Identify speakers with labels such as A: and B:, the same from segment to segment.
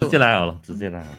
A: 直接来好了，直接来好了。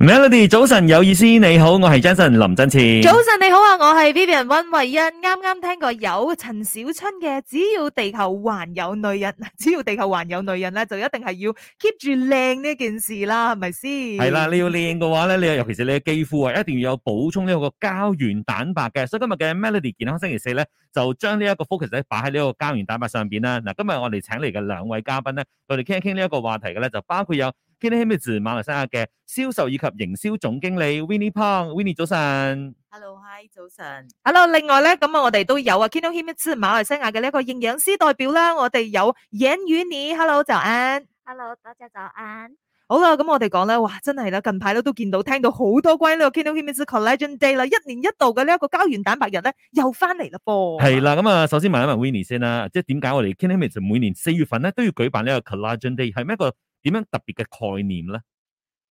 A: Melody，早晨有意思，你好，我係 Jason 林振前。
B: 早晨你好啊，我係 Vivian 温慧欣，啱啱聽過有陳小春嘅《只要地球還有女人》， 只要地球還有女人咧，就一定係要 keep 住靚呢件事啦，係咪先？
A: 係啦，你要靚嘅話咧，你尤其是你嘅肌膚啊，一定要有補充呢個膠原蛋白嘅。所以今日嘅 Melody 健康星期四咧，就將呢一個 focus 咧擺喺呢個膠原蛋白上邊啦。嗱，今日我哋請嚟嘅兩位嘉賓咧，我哋傾一傾呢一個話題嘅咧，就包括有 k i n n y h i m i z 馬來西亞嘅銷售以及營銷總經理 Winnie Pang，Winnie 早晨。
C: Hello，Hi，早晨。
B: Hello，另外咧，咁啊，我哋都有啊 k i n o h i m i t s 馬來西亞嘅呢一個營養師代表啦，我哋有尹宇妮，Hello，早安。
C: Hello，大家早安。
B: 好啦，咁我哋講咧，哇，真係啦，近排咧都見到聽到好多關於呢個 k i n o h i m i t s Collagen Day 啦，一年一度嘅呢一個膠原蛋白日咧，又翻嚟啦噃。
A: 係啦，咁啊，首先問一問 Winnie 先啦，即係點解我哋 k i n n y h i m i z 每年四月份咧都要舉辦呢個 Collagen Day，係咪一個點樣特別嘅概念咧？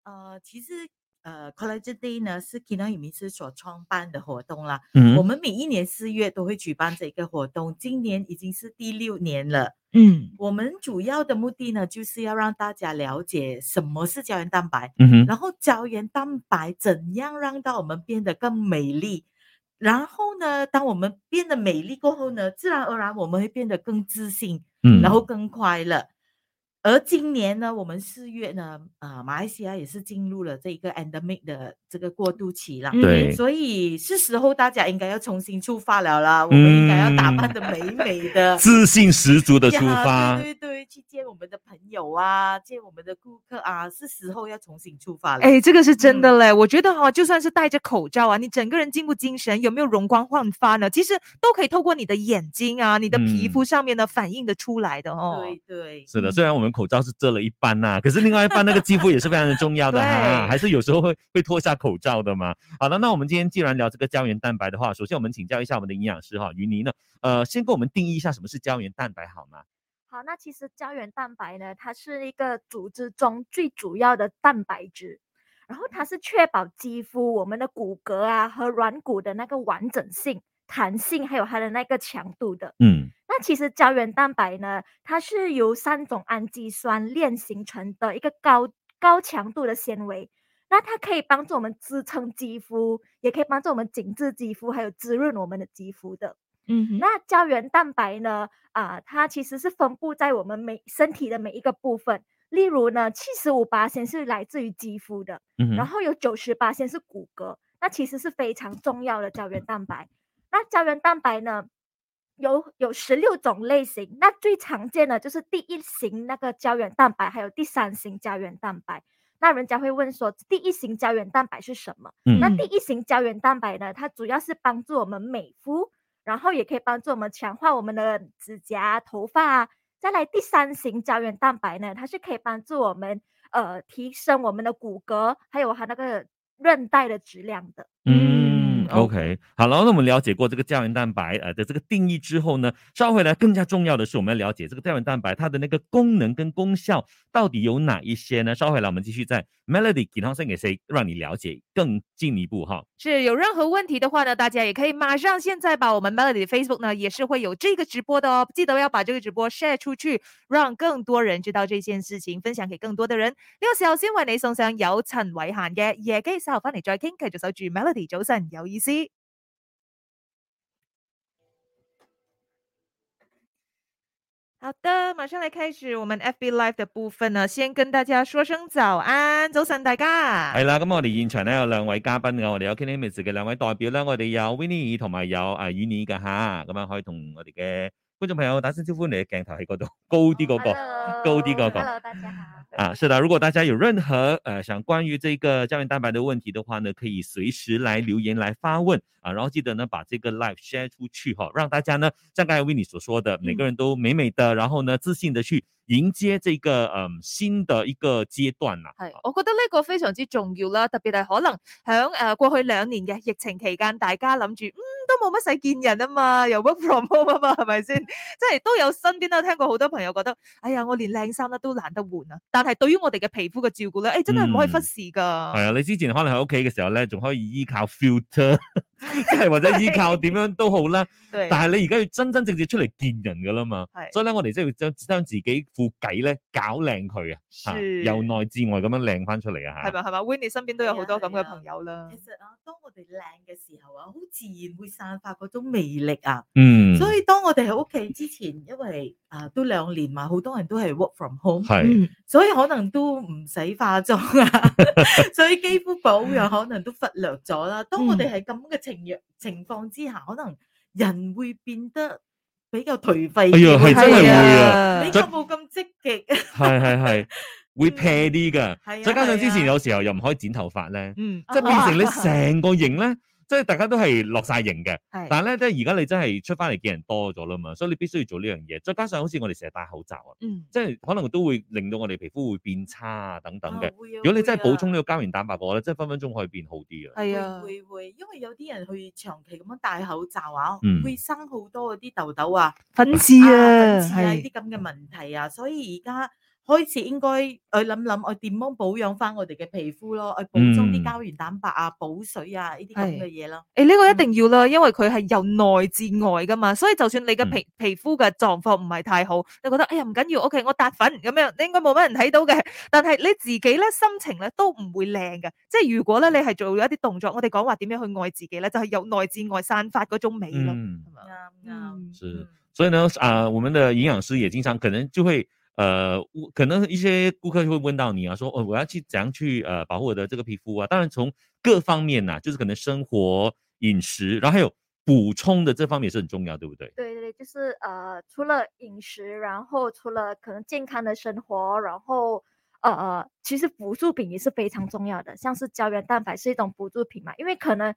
C: 呃，其实呃，College Day 呢是 Kina 影迷师所创办的活动啦。我
A: 嗯，
C: 们每一年四月都会举办这个活动，今年已经是第六年了。
B: 嗯
C: 我们主要的目的呢，就是要让大家了解什么是胶原蛋白，
A: 嗯哼。
C: 然后胶原蛋白怎样让到我们变得更美丽。然后呢，当我们变得美丽过后呢，自然而然我们会变得更自信，
A: 嗯，
C: 然后更快乐。而今年呢，我们四月呢，呃，马来西亚也是进入了这个 endemic 的这个过渡期
B: 嗯
C: 啦，
A: 对
C: 所以是时候大家应该要重新出发了啦，我们应该要打扮的美美的。
A: 嗯自信十足的
C: 呀
A: 出发。
C: 对对对，去见我们的朋友啊，见我们的顾客啊，是时候要重新出发了。嗯
B: 哎，这个是真的嘞！我觉得哈、就算是戴着口罩啊，你整个人精不精神，有没有容光焕发呢？其实都可以透过你的眼睛啊、你的皮
A: 嗯
B: 肤上面呢、反映的出来的哦。
C: 对对，
A: 是的，虽然我们口罩是遮了一半呐、可是另外一半那个肌肤也是非常的重要的哈、
B: 对
A: 还是有时候会会脱下口罩的嘛。好了，那我们今天既然聊这个胶原蛋白的话，首先我们请教一下我们的营养师哈，于妮呢，呃，先跟我们定义一下什么是胶原蛋白好吗？
D: 好，那其实胶原蛋白呢，它是一个组织中最主要的蛋白质，然后它是确保肌肤、我们的骨骼啊和软骨的那个完整性、弹性，还有它的那个强度的。
A: 嗯
D: 那其实胶原蛋白呢，它是由三种氨基酸链形成的一个高高强度的纤维。那它可以帮助我们支撑肌肤，也可以帮助我们紧致肌肤，还有滋润我们的肌肤的。
B: 嗯哼，
D: 那胶原蛋白呢？啊、它其实是分布在我们每身体的每一个部分。例如呢，七十五八先是来自于肌肤的，
A: 嗯
D: 然
A: 哼，
D: 后有九十八先是骨骼，那其实是非常重要的胶原蛋白。那胶原蛋白呢，有有十六种类型，那最常见的就是第一型那个胶原蛋白，还有第三型胶原蛋白。那人家会问说，第一型胶原蛋白是什么？那
A: 嗯
D: 第一型胶原蛋白呢，它主要是帮助我们美肤，然后也可以帮助我们强化我们的指甲啊、头发啊。再来第三型胶原蛋白呢，它是可以帮助我们呃提升我们的骨骼，还有它那个韧带的质量的。
A: 嗯
B: 嗯
A: ，OK，好了，那我们了解过这个胶原蛋白呃的这个定义之后呢，稍回来更加重要的是我们要了解这个胶原蛋白它的那个功能跟功效到底有哪一些呢？稍回来我们继续在 Melody 健康星期四让你了解更进一步哈。
B: 是有任何问题的话呢，大家也可以马上现在把我们 Melody 的 Facebook 呢也是会有这个直播的哦，记得要把这个直播 share 出去，让更多人知道这件事情，分享给更多的人。呢、个时候先为你送上有陳偉娴嘅夜機，稍後翻嚟再傾，繼續守住 Melody 早晨有意思。好的，马上来开始我们 FB Live 的部分呢，先跟大家说声早安，早晨大家。
A: 系啦，咁我哋現場咧有兩位嘉賓嘅，我哋有 k i n n y m i s 嘅兩位代表啦，我哋有 Winnie 同埋有啊 Uni 嘅吓，咁樣可以同我哋嘅觀眾朋友打聲招呼，你嘅鏡頭喺嗰度高啲嗰、個，
D: Hello，
A: 高啲嗰個
D: Hello，大家好。
A: 啊，是的，如果大家有任何呃想关于这个胶原蛋白的问题的话呢，可以随时来留言来发问啊，然后记得呢把这个 live share 出去哈、让大家呢像刚才为你所说的，每个人都美美的，然后呢自信的去迎接这个嗯、新的一個階段啦。
C: 啊
B: 係，我覺得呢個非常之重要啦，特別係可能響誒、呃、過去兩年嘅疫情期間，大家諗住嗯都冇乜使見人啊嘛，又 work from home 啊嘛，係咪先？即係都有身邊都有聽過好多朋友覺得，哎呀，我連靚衫咧都懶得換啊！但係對於我哋嘅皮膚嘅照顧咧，誒、真係唔可以
C: 嗯
B: 忽視㗎。
A: 係啊，你之前可能喺屋企嘅時候咧，仲可以依靠 filter，即 係或者依靠點樣都好啦。
B: 對
A: 但係你而家要真真正正出嚟見人噶啦嘛，
B: 係
A: 所以咧我哋即係要將將自己副計咧搞靚佢啊，嚇
B: 是
A: 由內至外咁樣靚翻出嚟啊嚇。
B: 係咪係咪 w i n n i e 身邊都有好多咁
C: 係啊
B: 嘅朋友啦
C: 其。實啊，當我哋靚嘅時候啊，好自然會散發嗰種魅力啊。
A: 嗯，
C: 所以當我哋喺屋企之前，因為啊都兩年嘛，好多人都係 work from home，
B: 嗯
A: 係
C: 所以可能都唔使化妝啊， 所以肌膚保養可能都忽略咗
A: 嗯
C: 啦。當我哋係咁嘅情若情況之下，可能人會變得比較頹廢
A: 哎呀
C: 啲，
A: 係真係會啊
C: 比
A: 真
C: 較冇咁積 極。
A: 係係係會 pair 啲噶，
C: 係啊，
A: 再加上之前
C: 係啊啊
A: 有時候又唔可以剪頭髮咧，
B: 嗯，
A: 即係變成你成個型咧，即係大家都係落晒型嘅。
B: 係
A: 但係咧，即係而家你真係出翻嚟見人多咗啦嘛，所以你必須要做呢樣嘢。再加上好似我哋成日戴口罩啊，
B: 嗯
A: 即係可能都會令到我哋皮膚會變差啊等等嘅
C: 啊。會啊
A: 如果你真係
C: 會啊
A: 補充呢個膠原蛋白嘅話咧，真係分分鐘可以變好啲嘅。
B: 係啊，
C: 會會會，因為有啲人去長期咁樣戴口罩啊，
A: 嗯
C: 會生好多嗰啲痘痘啊、
B: 粉刺
C: 啊、粉刺啊呢啲
B: 係
C: 咁嘅問題啊，所以而家開始應該去諗諗，我點樣保養翻我哋嘅皮膚咯，去補充
A: 嗯
C: 啲膠原蛋白啊、補水啊呢啲咁
B: 係
C: 嘅嘢咯。
B: 誒呢個一
A: 嗯
B: 定要啦，因為佢係由內至外噶嘛，所以就算你
A: 嗯
B: 嘅皮皮膚嘅狀況唔係太好，你覺得哎呀唔緊要，OK，我搭粉咁樣，你應該冇乜人睇到嘅。 但係你自己咧心情咧都唔會靚嘅，即係如果咧你係做咗一啲動作，我哋講話點樣去愛自己咧，就係、由內至外散發嗰種美咯，
A: 嗯，
B: 係嘛
C: 啱啱。
B: 嗯
A: 是
C: 嗯。
A: 所以呢，啊、我们的营养师也经常可能就会，呃，我可能一些顾客就会问到你啊，说，哦，我要去怎样去呃保护我的这个皮肤啊？当然从各方面呐、就是可能生活、饮食，然后还有补充的这方面也是很重要，对不对？
D: 对对，就是呃，除了饮食，然后除了可能健康的生活，然后呃，其实辅助品也是非常重要的，像是胶原蛋白是一种辅助品嘛，因为可能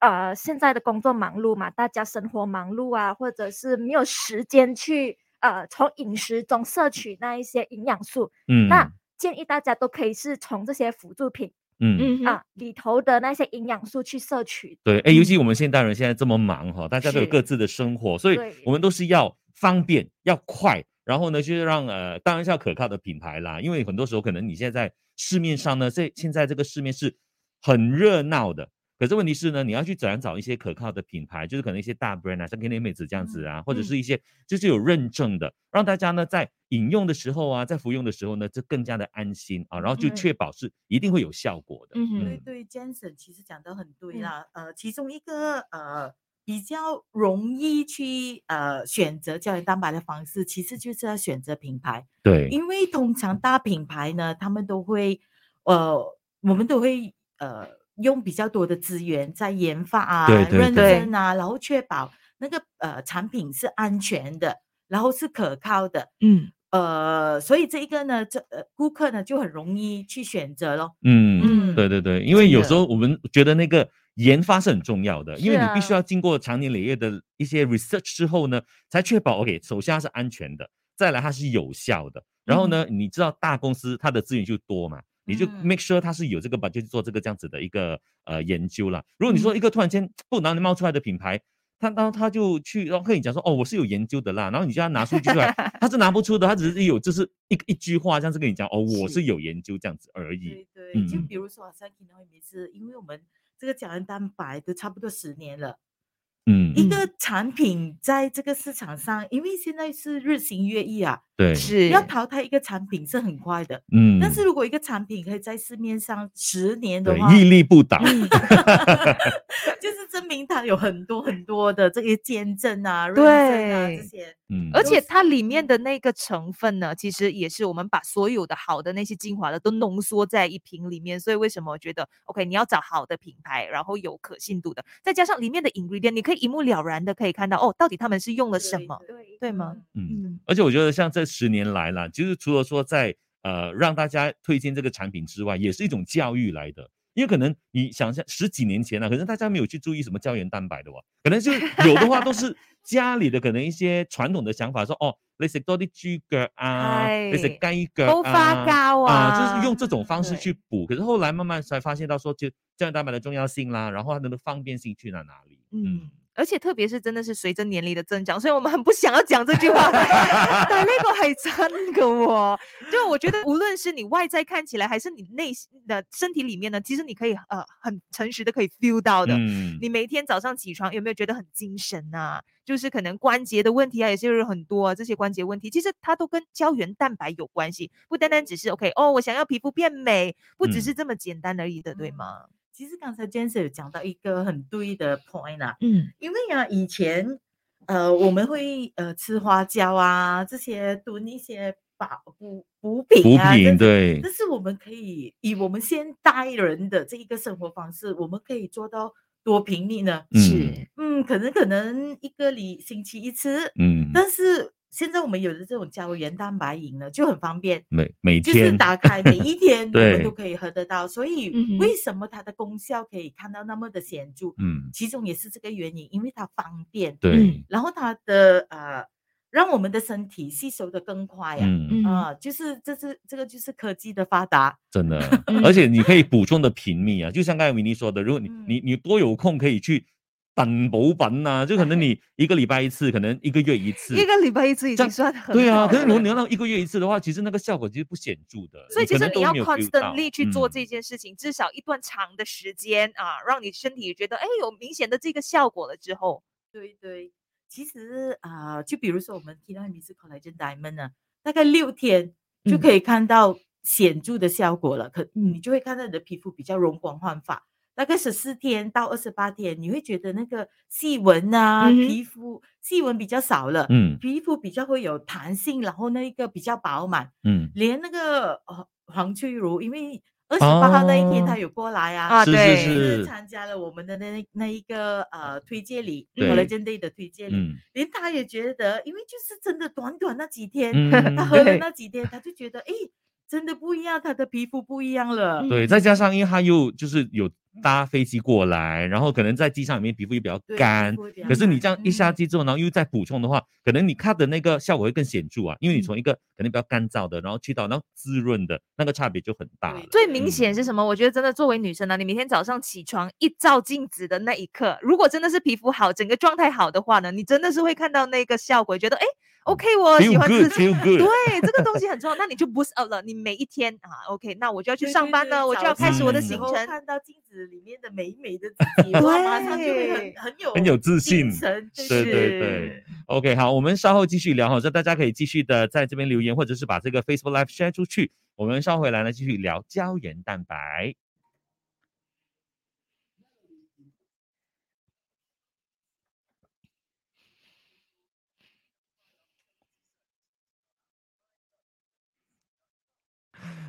D: 呃现在的工作忙碌嘛，大家生活忙碌啊，或者是没有时间去呃从饮食中摄取那一些营养素，
A: 嗯，
D: 那建议大家都可以是从这些辅助品
A: 嗯。
B: 嗯哼
D: 啊里头的那些营养素去摄取。
A: 对，哎，尤其我们现代人现在这么忙哈，大家都有
D: 是
A: 各自的生活，所以
D: 对
A: 我们都是要方便、要快，然后呢，就是让呃，当然是要可靠的品牌啦，因为很多时候可能你现在在市面上呢，这现在这个市面是很热闹的，可是问题是呢，你要去怎样找一些可靠的品牌，就是可能一些大 brand 啊，像 K N 妹子这样子啊，或者是一些就是有认证的，让大家呢在饮用的时候啊，在服用的时候呢，就更加的安心啊，然后就
D: 嗯
A: 确保是一定会有效果的。
B: 嗯哼
C: 对对，Jensen 其实讲得很对啦。
B: 嗯
C: 呃，其中一个呃比较容易去呃选择胶原蛋白的方式，其实就是要选择品牌，
A: 对，
C: 因为通常大品牌呢，他们都会呃，我们都会呃用比较多的资源在研发啊、
A: 对对
C: 认
A: 对
C: 证啊，然后确保那个呃产品是安全的，然后是可靠的。
B: 嗯
C: 呃，所以这一个呢，这呃顾客呢就很容易去选择咯。
A: 嗯
B: 嗯
A: 对对对，因为有
C: 的
A: 时候我们觉得那个研发是很重要的，因为
D: 是
A: 你必须
D: 啊
A: 要经过长年累月的一些 research 之后呢，才确保 OK，首先它是安全的，再来它是有效的。然后呢，你知道大公司它的资源就多嘛，你就
C: 嗯
A: make sure 它是有这个吧，就做这个这样子的一个呃研究啦。如果你说
C: 嗯
A: 一个突然间不哪里冒出来的品牌，他然后他就去然后跟你讲说哦我是有研究的啦，然后你就要拿数据出来，他是拿不出的，他只是有就是一一句话这样子跟你讲哦我
C: 是
A: 是有研究这样子而已。
C: 对对，就
A: 嗯
C: 比如说好像 k i n o 每次，因为我们这个胶原蛋白都差不多十年了，
A: 嗯，
C: 一个产品在这个市场上，因为现在是日新月异啊，
A: 对，
B: 是
C: 要淘汰一个产品是很快的。
A: 嗯，
C: 但是如果一个产品可以在市面上十年的
A: 对
C: 话，
A: 屹立不倒，
C: 就是证明它有很多很多的这些见证啊、认证啊
B: 对
C: 这些。
A: 嗯，
B: 而
C: 都
B: 且
C: 是
B: 它里面的那个成分呢，其实也是我们把所有的好的那些精华的都浓缩在一瓶里面。所以为什么我觉得 OK，你要找好的品牌，然后有可信度的，再加上里面的 ingredient，你可以一目了然的可以看到哦，到底他们是用了什么，
C: 对
B: 对吗？
C: 嗯
A: 嗯，
B: 嗯，
A: 而且我觉得像这十年来啦，就是除了说在。呃让大家推荐这个产品之外，也是一种教育来的。因为可能你想象十几年前呢、啊，可能大家没有去注意什么胶原蛋白的喎，可能就有的话都是家里的可能一些傳統嘅想法，說哦，你食多啲豬腳啊，你食雞腳
B: 煲花
A: 啊，
B: 膠啊，
A: 啊，就是用这种方式
C: 对
A: 去补。可是后来慢慢才发现到说，就胶原蛋白的重要性啦，然后它的方便性去了哪里？嗯
C: 嗯，
B: 而且特别是真的是随着年龄的增长，所以我们很不想要讲这句话，但那个还真的哦。就我觉得，无论是你外在看起来，还是你内心的身体里面呢，其实你可以呃很诚实的可以 feel 到的。
A: 嗯
B: 你每天早上起床有没有觉得很精神呐、就是可能关节的问题啊，也是很多、啊、这些关节问题，其实它都跟胶原蛋白有关系，不单单只是 OK 哦，我想要皮肤变美，不只
A: 嗯
B: 是这么简单而已的，对
C: 嗯
B: 吗？
C: 其实刚才 j a n s e 有讲到一个很对的 point 啊，
B: 嗯，
C: 因为啊，以前呃我们会呃吃花椒啊，这些炖一些把补
A: 补
C: 补品啊，
A: 品
C: 这
A: 对
C: 但，是我们可以以我们现代人的这一个生活方式，我们可以做到多频率呢？
A: 嗯
C: 嗯，可能可能一个礼星期一次，
A: 嗯，
C: 但是现在我们有了这种胶原蛋白饮呢，就很方便，
A: 每每
C: 就是
A: 天
C: 打开每一天我
A: 对
C: 们都可以喝得到。所
B: 嗯
C: 以
B: 哼
C: 为什么它的功效可以看到那么的显著？
A: 嗯
C: 其中也是这个原因，因为它方便，
B: 哎
A: 对
C: 然后它的呃让我们的身体吸收的更快呀、
A: 嗯
C: 啊。就是这是这个就是科技的发达，
A: 真的，
B: 嗯
A: 而且你可以补充的频密啊，就像刚才维尼说的，如果你
C: 嗯
A: 你你多有空可以去等补品啊，就可能 你一个礼拜一次，可能一个月一次，
B: 一个礼拜一次已
A: 这
B: 经
A: 样
B: 算
A: 嗯
B: 很
A: 对啊，
B: 好
A: 可是如果
B: 了
A: 你要让一个月一次的话，其实那个效果其实不显著的，
B: 所以其
A: 可
B: 实
A: 能
B: 你
A: 都
B: 要
A: 没有 feel 到
B: constantly 去做
A: 嗯
B: 这件事情，至少一段长的时间啊，让你身体觉得哎有明显的这个效果了之后，
C: 对对，其实啊、呃就比如说我们提到的 Miss Collagen Diamond 呢，大概六天就
B: 嗯
C: 可以看到显著的效果了，可你就会看到你的皮肤比较容光焕发。大概十四天到二十八天，你会觉得那个细纹啊，
B: 嗯哼
C: 皮肤细纹比较少了，
A: 嗯
C: 皮肤比较会有弹性，然后那个比较饱满，
A: 嗯，
C: 连那个呃黄翠如，因为二十八号那一天她
A: 哦
C: 有过来啊，
B: 啊
A: 是
B: 对
A: 是是，
C: 参加了我们的那那一个呃推介礼
A: 对
C: c o l l a g e n Day 的推介礼，
A: 嗯
C: 连他也觉得，因为就是真的短短那几天，
A: 嗯
C: 他， 喝了
B: 对
C: 那几天，他就觉得诶，真的不一样，他的皮肤不一样了。
A: 对，再加上因为他又就是有搭飞机过来，然后可能在机上里面皮肤又比较
C: 对，皮
A: 干
C: 肤，会比较
A: 可是你
C: 干
A: 这样一下
C: 嗯
A: 机之后，然后又再补充的话，可能你看的那个效果会更显著啊，因为你
C: 嗯
A: 从一个可能比较干燥的，然后去到然后滋润的那个差别就很大了。
B: 最
C: 对
B: 明显是什
A: 嗯
B: 么？我觉得真的作为女生呢、你每天早上起床一照镜子的那一刻，如果真的是皮肤好，整个状态好的话呢，你真的是会看到那个效果，觉得哎，OK，我喜
A: 嗯 Feel
B: 欢自
A: good,
B: 己。
A: feel good。
B: 对，这个东西很重要，那你就 boost up 了。你每一天啊，OK，那我就要去
C: 对
B: 上
C: 对
B: 班
C: 对
B: 了，我就
C: 早
B: 要开始我的
A: 嗯
C: 上
B: 行
C: 时候
B: 程。
C: 看到镜子里面的美美 的自己，哇，马上就会
B: 对
C: 很很有
A: 很有自
C: 精
A: 信
C: 神
A: 对对对。OK，好，我们稍后继续聊哈，这大家可以继续的在这边留言，或者是把这个 Facebook Live share 出去。我们稍回来呢，继续聊胶原蛋白。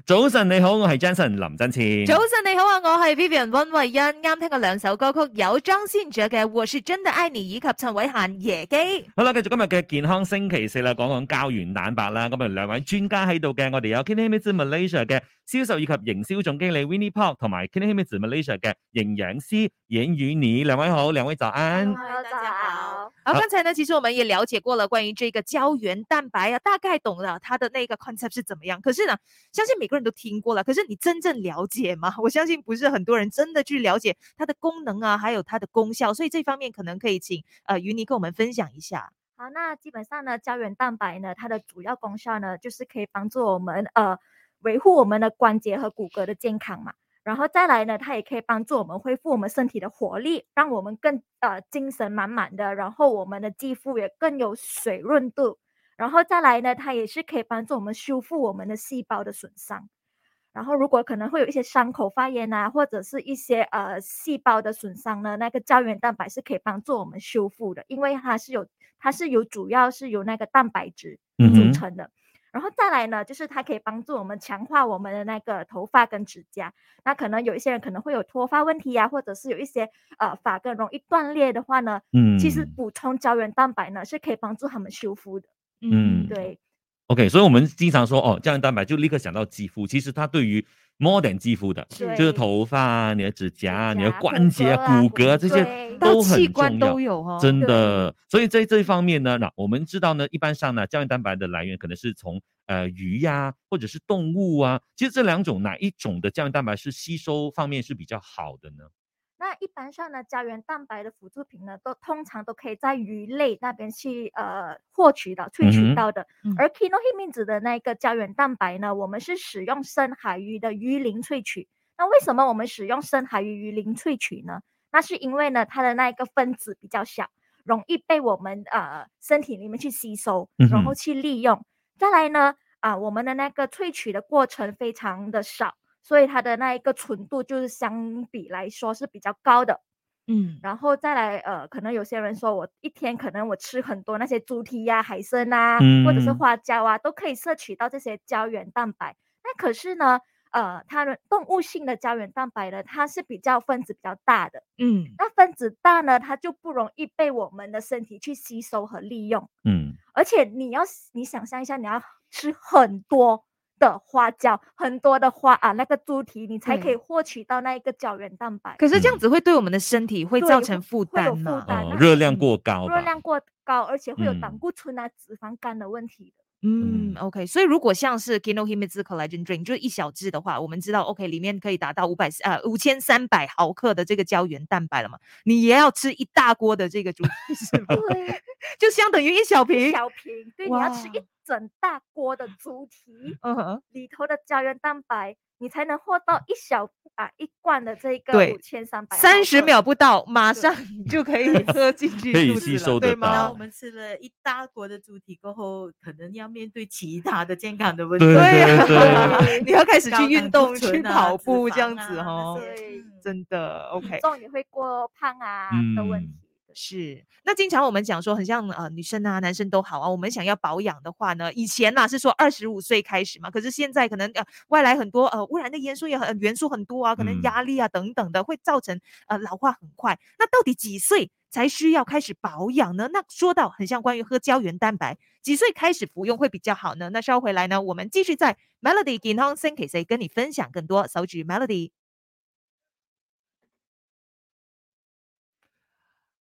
A: 早晨，你好，我系 Jason 林振前。
B: 早晨你好啊，我系 Vivian 温慧欣，啱聽過兩首歌曲，有張信哲嘅《我是真的愛你》以及陳偉嫻《夜機》。
A: 好啦，繼續今日嘅健康星期四啦，講講膠原蛋白啦。咁啊，兩位專家喺度嘅，我哋有 k i n e m i t Malaysia 嘅銷售以及營銷總經理 Winnie Park 同埋 k i n e m i t Malaysia 嘅營養師尹宇妮，兩位好，兩位早安。
D: Hello，
C: 大
D: 早
C: 家好
D: 安
B: 好，
A: 好
B: 刚才呢，其實我們也了解過了關於這個膠原蛋白啊，大概懂了它的那個 concept 是怎麼樣。可是呢，相信每個人都聽過了，可是你真正了解嗎？我相信不是很多人真的去了解它的功能啊，還有它的功效。所以這方面可能可以請呃于妮跟我們分享一下。
D: 好，那基本上呢，胶原蛋白呢，它的主要功效呢，就是可以帮助我们呃维护我们的关节和骨骼的健康嘛。然后再来呢，它也可以帮助我们恢复我们身体的活力，让我们更呃精神满满的，然后我们的肌肤也更有水润度。然后再来呢，它也是可以帮助我们修复我们的细胞的损伤。然后如果可能会有一些伤口发炎啊，或者是一些呃细胞的损伤呢，那个胶原蛋白是可以帮助我们修复的，因为它是有它是由主要是由那个蛋白质
A: 嗯
D: 组
A: 哼
D: 成的。然后再来呢，就是它可以帮助我们强化我们的那个头发跟指甲。那可能有一些人可能会有脱发问题呀、或者是有一些呃发根容易断裂的话呢，
A: 嗯
D: 其实补充胶原蛋白呢是可以帮助他们修复的。
A: 嗯
D: 对，
A: OK，所以我们经常说哦，胶原蛋白就立刻想到肌肤，其实它对于 more than 肌肤的，
D: 对
A: 就是头发啊、你的指甲啊、你的
D: 骨
A: 关节
D: 骼
A: 啊、
D: 啊
A: 骨骼啊这些
D: 对
B: 到
A: 都很
B: 器官
A: 重要
B: 都有哦。
A: 真的，所以在这一方面呢，那我们知道呢，一般上呢，胶原蛋白的来源可能是从呃鱼呀、或者是动物啊。其实这两种哪一种的胶原蛋白是吸收方面是比较好的呢？
D: 那一般上呢，胶原蛋白的辅助品呢，都通常都可以在鱼类那边去呃获取到、萃
A: 嗯
D: 取
A: 哼
D: 到的。
B: 嗯
D: 而 k i n o h i m i n 指的那个胶原蛋白呢，我们是使用深海鱼的鱼鳞萃取。那为什么我们使用深海鱼鱼鳞萃取呢？那是因为呢，它的那一个分子比较小，容易被我们呃身体里面去吸收，然
A: 嗯哼
D: 后去利用。再来呢，啊、我们的那个萃取的过程非常的少，所以它的那一个纯度就是相比来说是比较高的。
B: 嗯，
D: 然后再来，呃，可能有些人说我一天可能我吃很多那些猪蹄呀、海参啊，或者是
A: 嗯
D: 花椒啊，都可以摄取到这些胶原蛋白。那可是呢，呃，它的动物性的胶原蛋白呢，它是比较分子比较大的，
B: 嗯，
D: 那分子大呢，它就不容易被我们的身体去吸收和利用。
A: 嗯，
D: 而且你要是你想象一下，你要吃很多的花椒，很多的花啊，那个猪蹄，你才可以获取到那一个胶原蛋白。
B: 嗯可是
A: 嗯
B: 这样子会对我们的身体会
D: 对
B: 造
D: 会
B: 成负
D: 会有
B: 担
D: 负
B: 嘛？
D: 担
A: 哦，
D: 那
A: 热量
D: 嗯
A: 过高吧
D: 热，量过高，而且会有
A: 嗯
D: 胆固醇啊、脂肪肝的问题
B: 嗯
D: 的。
A: 嗯
B: ，OK，所以如果像是 Kino Himitsu Collagen Drink 就是一小支的话，我们知道 OK 里面可以达到五百呃五千三百毫克的这个胶原蛋白了嘛，你也要吃一大锅的这个猪蹄是吗？
D: 对，
B: 就相等于一小瓶。
D: 小瓶，对，你要吃
B: 哇
D: 一整大锅的猪 蹄，
B: 嗯哼，
D: 里头的胶原蛋白，你才能获到一小啊一罐的这个
B: 对
D: 五千三百。
B: 三十秒不到，马上你就可以喝进去
A: 可以
B: 肚子
A: 吸
B: 了
A: 收
B: 对
A: 得
B: 吗？
C: 然后
A: 到
C: 我 们吃了一大锅的猪蹄过后，可能要面对其他的健康的问题。
A: 对
B: 对
A: 对
B: 啊
A: 对，
B: 你要开始
C: 高
B: 去
C: 胆
B: 运
C: 固
B: 动、去
C: 醇啊
B: 跑
C: 脂
B: 步这
C: 肪
B: 样
C: 啊
B: 子
C: 那
B: 哦，
C: 些
D: 对
C: 嗯
B: 真的 OK。
D: 重也会过胖啊的问
A: 嗯
D: 题。
B: 是，那经常我们讲说，很像呃女生啊、男生都好啊，我们想要保养的话呢，以前呐、是说二十五岁开始嘛，可是现在可能呃外来很多呃污染的元素也很元素很多啊，可能
A: 嗯
B: 压力啊等等的，会造成呃老化很快。那到底几岁才需要开始保养呢？那说到很像关于喝胶原蛋白，几岁开始服用会比较好呢？那稍回来呢，我们继续在 Melody 健康星期四跟你分享更多，手指 Melody。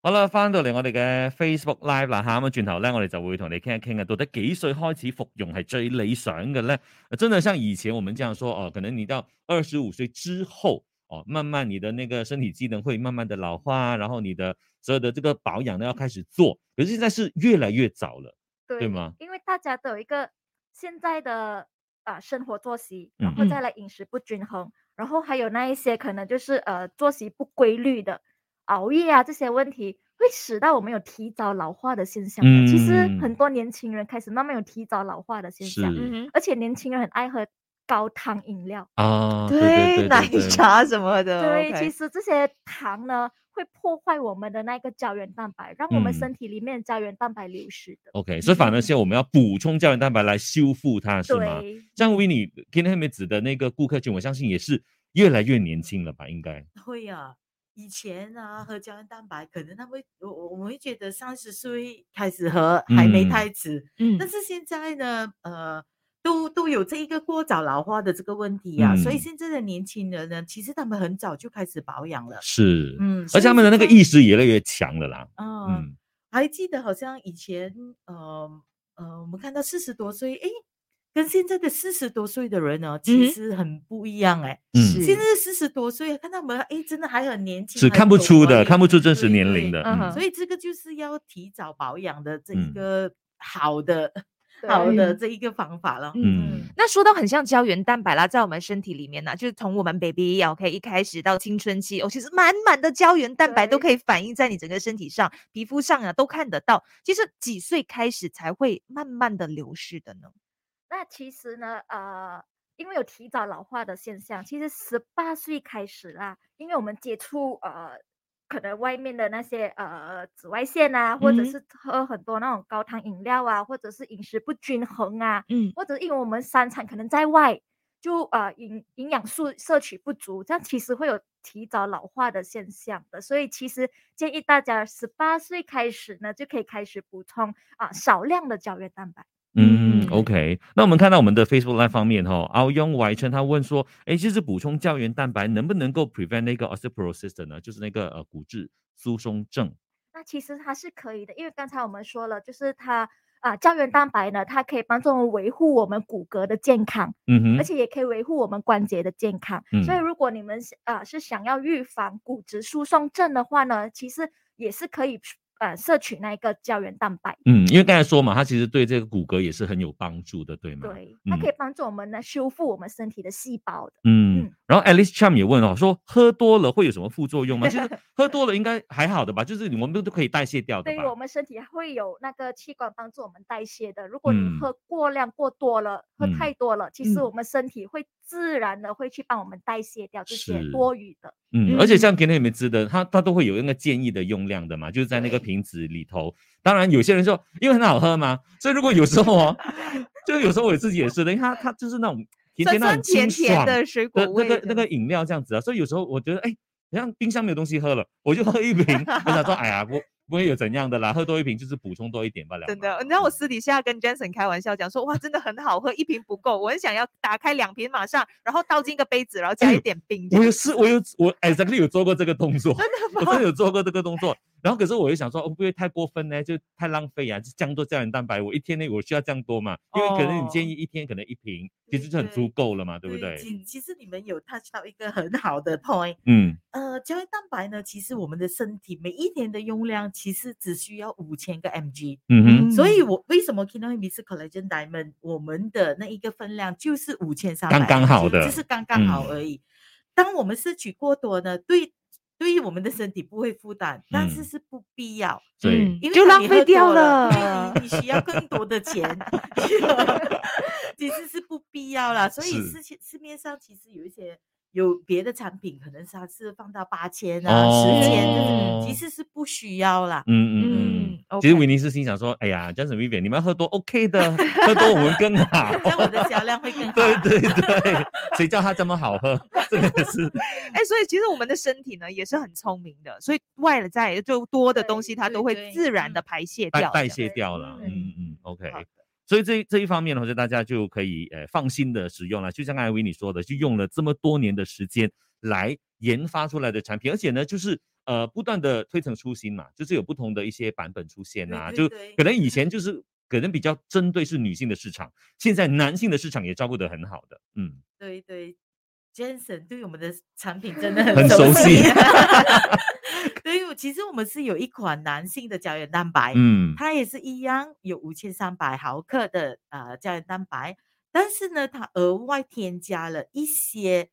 A: 好啦，翻到嚟我哋嘅 Facebook Live 啦吓，咁啊轉頭咧，我哋就會同你傾一傾啊，到底幾歲開始服用係最理想嘅咧？真的像以前我們這樣說哦，可能你到二十五歲之後哦，慢慢你的那個身體機能會慢慢的老化啊，然後你的所有的這個保養呢要開始做，可是現在是越來越早了，
D: 对
A: 对吗？
D: 因为大家都有一个现在的啊、呃生活作息，然后
B: 嗯
D: 再来饮食不均衡，然后还有那一些可能就是呃作息不规律的熬夜啊这些问题，会使到我们有提早老化的现象的。其实很
A: 嗯
D: 多年轻人开始慢慢有提早老化的现
A: 是
D: 象，
B: 哼，
D: 而且年轻人很爱喝高糖饮料。
A: 啊，对 对对
B: 奶
A: 对对
B: 茶什么
C: 哦
B: 的，哦
D: 对，
B: OK
D: 其实这些糖呢会破坏我们的那个胶原蛋白，让我
A: 嗯
D: 们身体里面的胶原蛋白流失的。
A: OK，所以反而现在我们要补充胶原蛋白來修復它，是嗎？
D: 对，
A: 像 w i n n i e 今天 m 指的那個顧客群，我相信也是越來越年輕了吧？應該。
C: 会啊，以前啊喝胶原蛋白，可能他们会我我我们会觉得三十岁开始喝还没
A: 嗯
C: 太迟，
B: 嗯
C: 但是现在呢，呃，都都有这一个过早老化的这个问题啊，所以
A: 嗯
C: 现在的年轻人呢，其实他们很早就开始保养了，
A: 是，
C: 嗯，
A: 而
C: 所以
A: 且他们的那
C: 现
A: 个
C: 在
A: 意，识也越来越强了啦。
C: 嗯，
A: 嗯，
C: 还记得好像以前，呃呃，我们看到四十多岁，诶，跟现在的四十多岁的人呢，
B: 嗯
C: 其
B: 哼
C: 实很不一样诶。
A: 嗯
C: 现在四十多岁，看他们诶，真的还很年轻，
A: 是
C: 很
A: 看不
C: 有
A: 出
C: 活
A: 的，
C: 力
A: 看不出真实
C: 对
A: 年
C: 对
A: 龄的。
B: 嗯
A: 嗯
C: 所以这个就是要提早保养的这一
A: 嗯
C: 个好的、
D: 对
C: 好的
B: 嗯
C: 这一个方法了。
A: 嗯，
B: 那说到很像胶原蛋白啦，在我们身体里面呢、就是从我们 baby OK 一开始到青春期，哦，其实满满的胶原蛋白都可以反映在你整个身体上、皮肤上啊，都看得到。其实几岁开始才会慢慢的流失的呢？
D: 那其实呢，呃，因为有提早老化的现象，其实十八岁开始啦，因为我们接触呃，可能外面的那些呃紫外线啊，或者
B: 嗯
D: 是喝很多那种高糖饮料啊，或者是饮食不均衡啊，
B: 嗯，
D: 或者因为我们三餐可能在外，就呃营营养素摄取不足，这样其实会有提早老化的现象的。所以其实建议大家十八岁开始呢，就可以开始补充啊、少量的胶原蛋白。
A: 嗯
C: 嗯
A: ，OK。那我们看到我们的 Facebook Live 方面哈、哦，敖雍怀称他问说，诶，就是补充胶原蛋白能不能够 prevent 那个 osteoporosis 的呢？就是那个呃骨质疏松症。
D: 那其实它是可以的，因为刚才我们说了，就是它啊胶原蛋白呢，它可以帮助我们维护我们骨骼的健康，
A: 嗯哼，
D: 而且也可以维护我们关节的健康。所以
A: 嗯
D: 如果你们是啊是想要预防骨质疏松症的话呢，其实也是可以呃摄取那一个胶原蛋白，
A: 嗯，因为刚才说嘛，它其实对这个骨骼也是很有帮助的，对吗？
D: 对，它可以帮助我们呢修复我们身体的细胞的。
A: 嗯
D: 嗯，
A: 然后 Alice Cham 也问哦，说喝多了会有什么副作用吗？其实喝多了应该还好的吧，就是我们都可以代谢掉的
D: 对于
A: 吧。
D: 我们身体会有那个器官帮助我们代谢的。如果你
A: 嗯
D: 喝过量、过多了，
A: 嗯
D: 喝太多了，其实
C: 嗯
D: 我们身体会自然的会去帮我们代谢掉这
A: 是
D: 些多余的。
A: 嗯，而且
C: 嗯
A: 像 Kenny 梅兹的，它它都会有那个建议的用量的嘛，就是在那个
D: 对
A: 瓶子里头。当然，有些人说因为很好喝嘛，所以如果有时候 哦，就是有时候我自己也是的，因为它它就是那种甜甜
B: 酸
A: 的
B: 酸
A: 很清
B: 甜甜
A: 爽
B: 的水果
A: 的
B: 味
A: 那
B: 这
A: 个
B: 样，
A: 那个饮料这样子啊，所以有时候我觉得哎，好像冰箱没有东西喝了，我就喝一瓶，我想说哎呀不不会有怎样的啦，喝多一瓶就是补充多一点罢了嘛。
B: 真的，你知道我
A: 嗯
B: 私底下跟 Jensen 开玩笑讲说，哇，真的很好喝，一瓶不够，我很想要打开两瓶，马上，然后倒进一个杯子，然后加
A: 哎
B: 一点冰这
A: 我
B: 样。
A: 有试，我有我 exactly 有做过这个动作，
B: 真的
A: 我
B: 吗？
A: 真的有做过这个动作。然后可是我又想说，哦，会不会太过分呢？就太浪费啊！就这样多胶原蛋白，我一天内我需要这样多嘛？因为可能你建议一天可能一瓶，其实就很
C: 对
A: 足够了嘛，对不对？
C: 其其实你们有 touch 到一个很好的 point。
A: 嗯
C: 呃，胶原蛋白呢，其实我们的身体每一天的用量其实只需要五千个 mg，、
A: 嗯哼，
C: 所以我为什么 k i n o m i s Collagen Diamond 我们的那一个分量就是五千三百，
A: 刚刚好的嗯
C: 就是刚刚好而已。当我们摄取过多呢，对对于我们的身体不会负担，但是
A: 嗯
C: 是不必要。
A: 所以
B: 嗯
C: 因为
B: 就
C: 当
B: 浪
C: 你
B: 费
C: 喝
B: 掉
C: 多
B: 了
C: 了，对你你需要更多的钱， 其实是不必要啦。所以
A: 是
C: 市市市面上其实有一些有别的产品，可能是它是放到八千啊、
A: 哦
C: 十千、0
A: 嗯
C: 其实是不需要啦。
A: 嗯嗯嗯
C: 嗯。
A: 其实
B: OK
A: 维尼是心想说，哎呀，Johnson Vivian，你们要喝多 OK 的，喝多我们更好。
C: 这样我的销量会更好。
A: 哦对对对，谁叫它这么好喝？这个是
B: 哎、所以其实我们的身体呢也是很聪明的，所以外在就多的东
D: 对
B: 西它
C: 对
B: 都会
C: 对
B: 自然的
C: 嗯
B: 排泄
A: 代
B: 掉。
A: 代谢掉了。
D: 对
A: 嗯嗯，OK
C: 好的。
A: 所以这这一方面的话，就大家就可以呃放心的使用了。就像刚才维你说的，就用了这么多年的时间来研发出来的产品，而且呢，就是呃不断的推陈出新嘛，就是有不同的一些版本出现
C: 对
A: 啊，
C: 对
A: 就
C: 对
A: 可能以前就是可能比较针对是女性的市场，现在男性的市场也照顾得很好的。嗯，
C: 对对，Jason 对我们的产品真的
A: 很
C: 很
A: 熟悉
C: 对，我其实我们是有一款男性的胶原蛋白，
A: 嗯
C: 哎它也是一样有五千三百毫克的呃胶原蛋白，但是呢，它额外添加了一些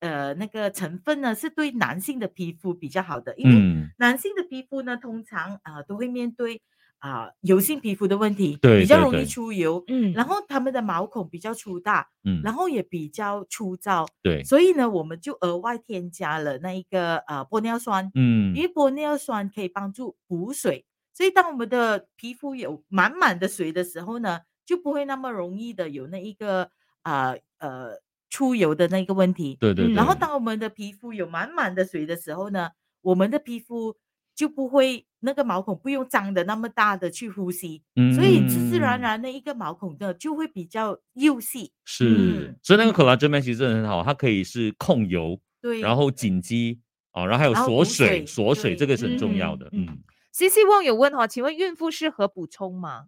C: 呃那个成分呢，是对男性的皮肤比较好的，因为
A: 嗯，
C: 男性的皮肤呢，通常啊、呃都会面对啊、油性皮肤的问题，
A: 对
C: 比较
A: 对
C: 容
A: 对
C: 易出油，
B: 嗯
C: 然后他们的毛孔比较粗大，
A: 嗯，
C: 然后也比较粗糙，
A: 对，
C: 所以呢，我们就额外添加了那一个呃玻尿酸，
A: 嗯
C: 因为玻尿酸可以帮助补水，所以当我们的皮肤有满满的水的时候呢，就不会那么容易的有那一个呃呃出油的那个问题。
A: 对对对，
B: 嗯
C: 然后当我们的皮肤有满满的水的时候呢，我们的皮肤就不会那个毛孔不用张的那么大的去呼吸，所以自自然
A: 嗯
C: 然的一个毛孔呢就会比较幼细。
A: 是
C: 嗯，
A: 所以那个 collagen man 其实真的很好，它可以是控油，
C: 对，
A: 然后紧肌哦，然后还有
C: 然后
A: 锁
C: 补水
A: 锁水
C: 对
A: 这个是很重
B: 嗯
A: 要的。
C: 嗯
A: 嗯
B: C C 旺有问哈、哦，请问孕妇适合补充吗？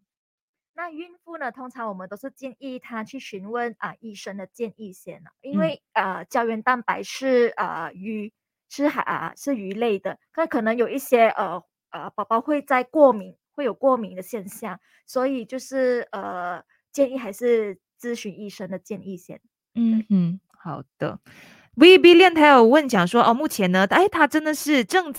D: 那孕妇呢，通常我们都是建议她去询问啊、医生的建议先了，
B: 嗯
D: 因为、呃胶原蛋白是呃鱼是海啊、是鱼类的，那可能有一些呃呃宝宝会在过敏，会有过敏的现象，所以就是呃建议还是咨询医生的建议先。
B: 嗯哼，好的。V B 链台有问讲说，哦，目前呢，哎，它真的是正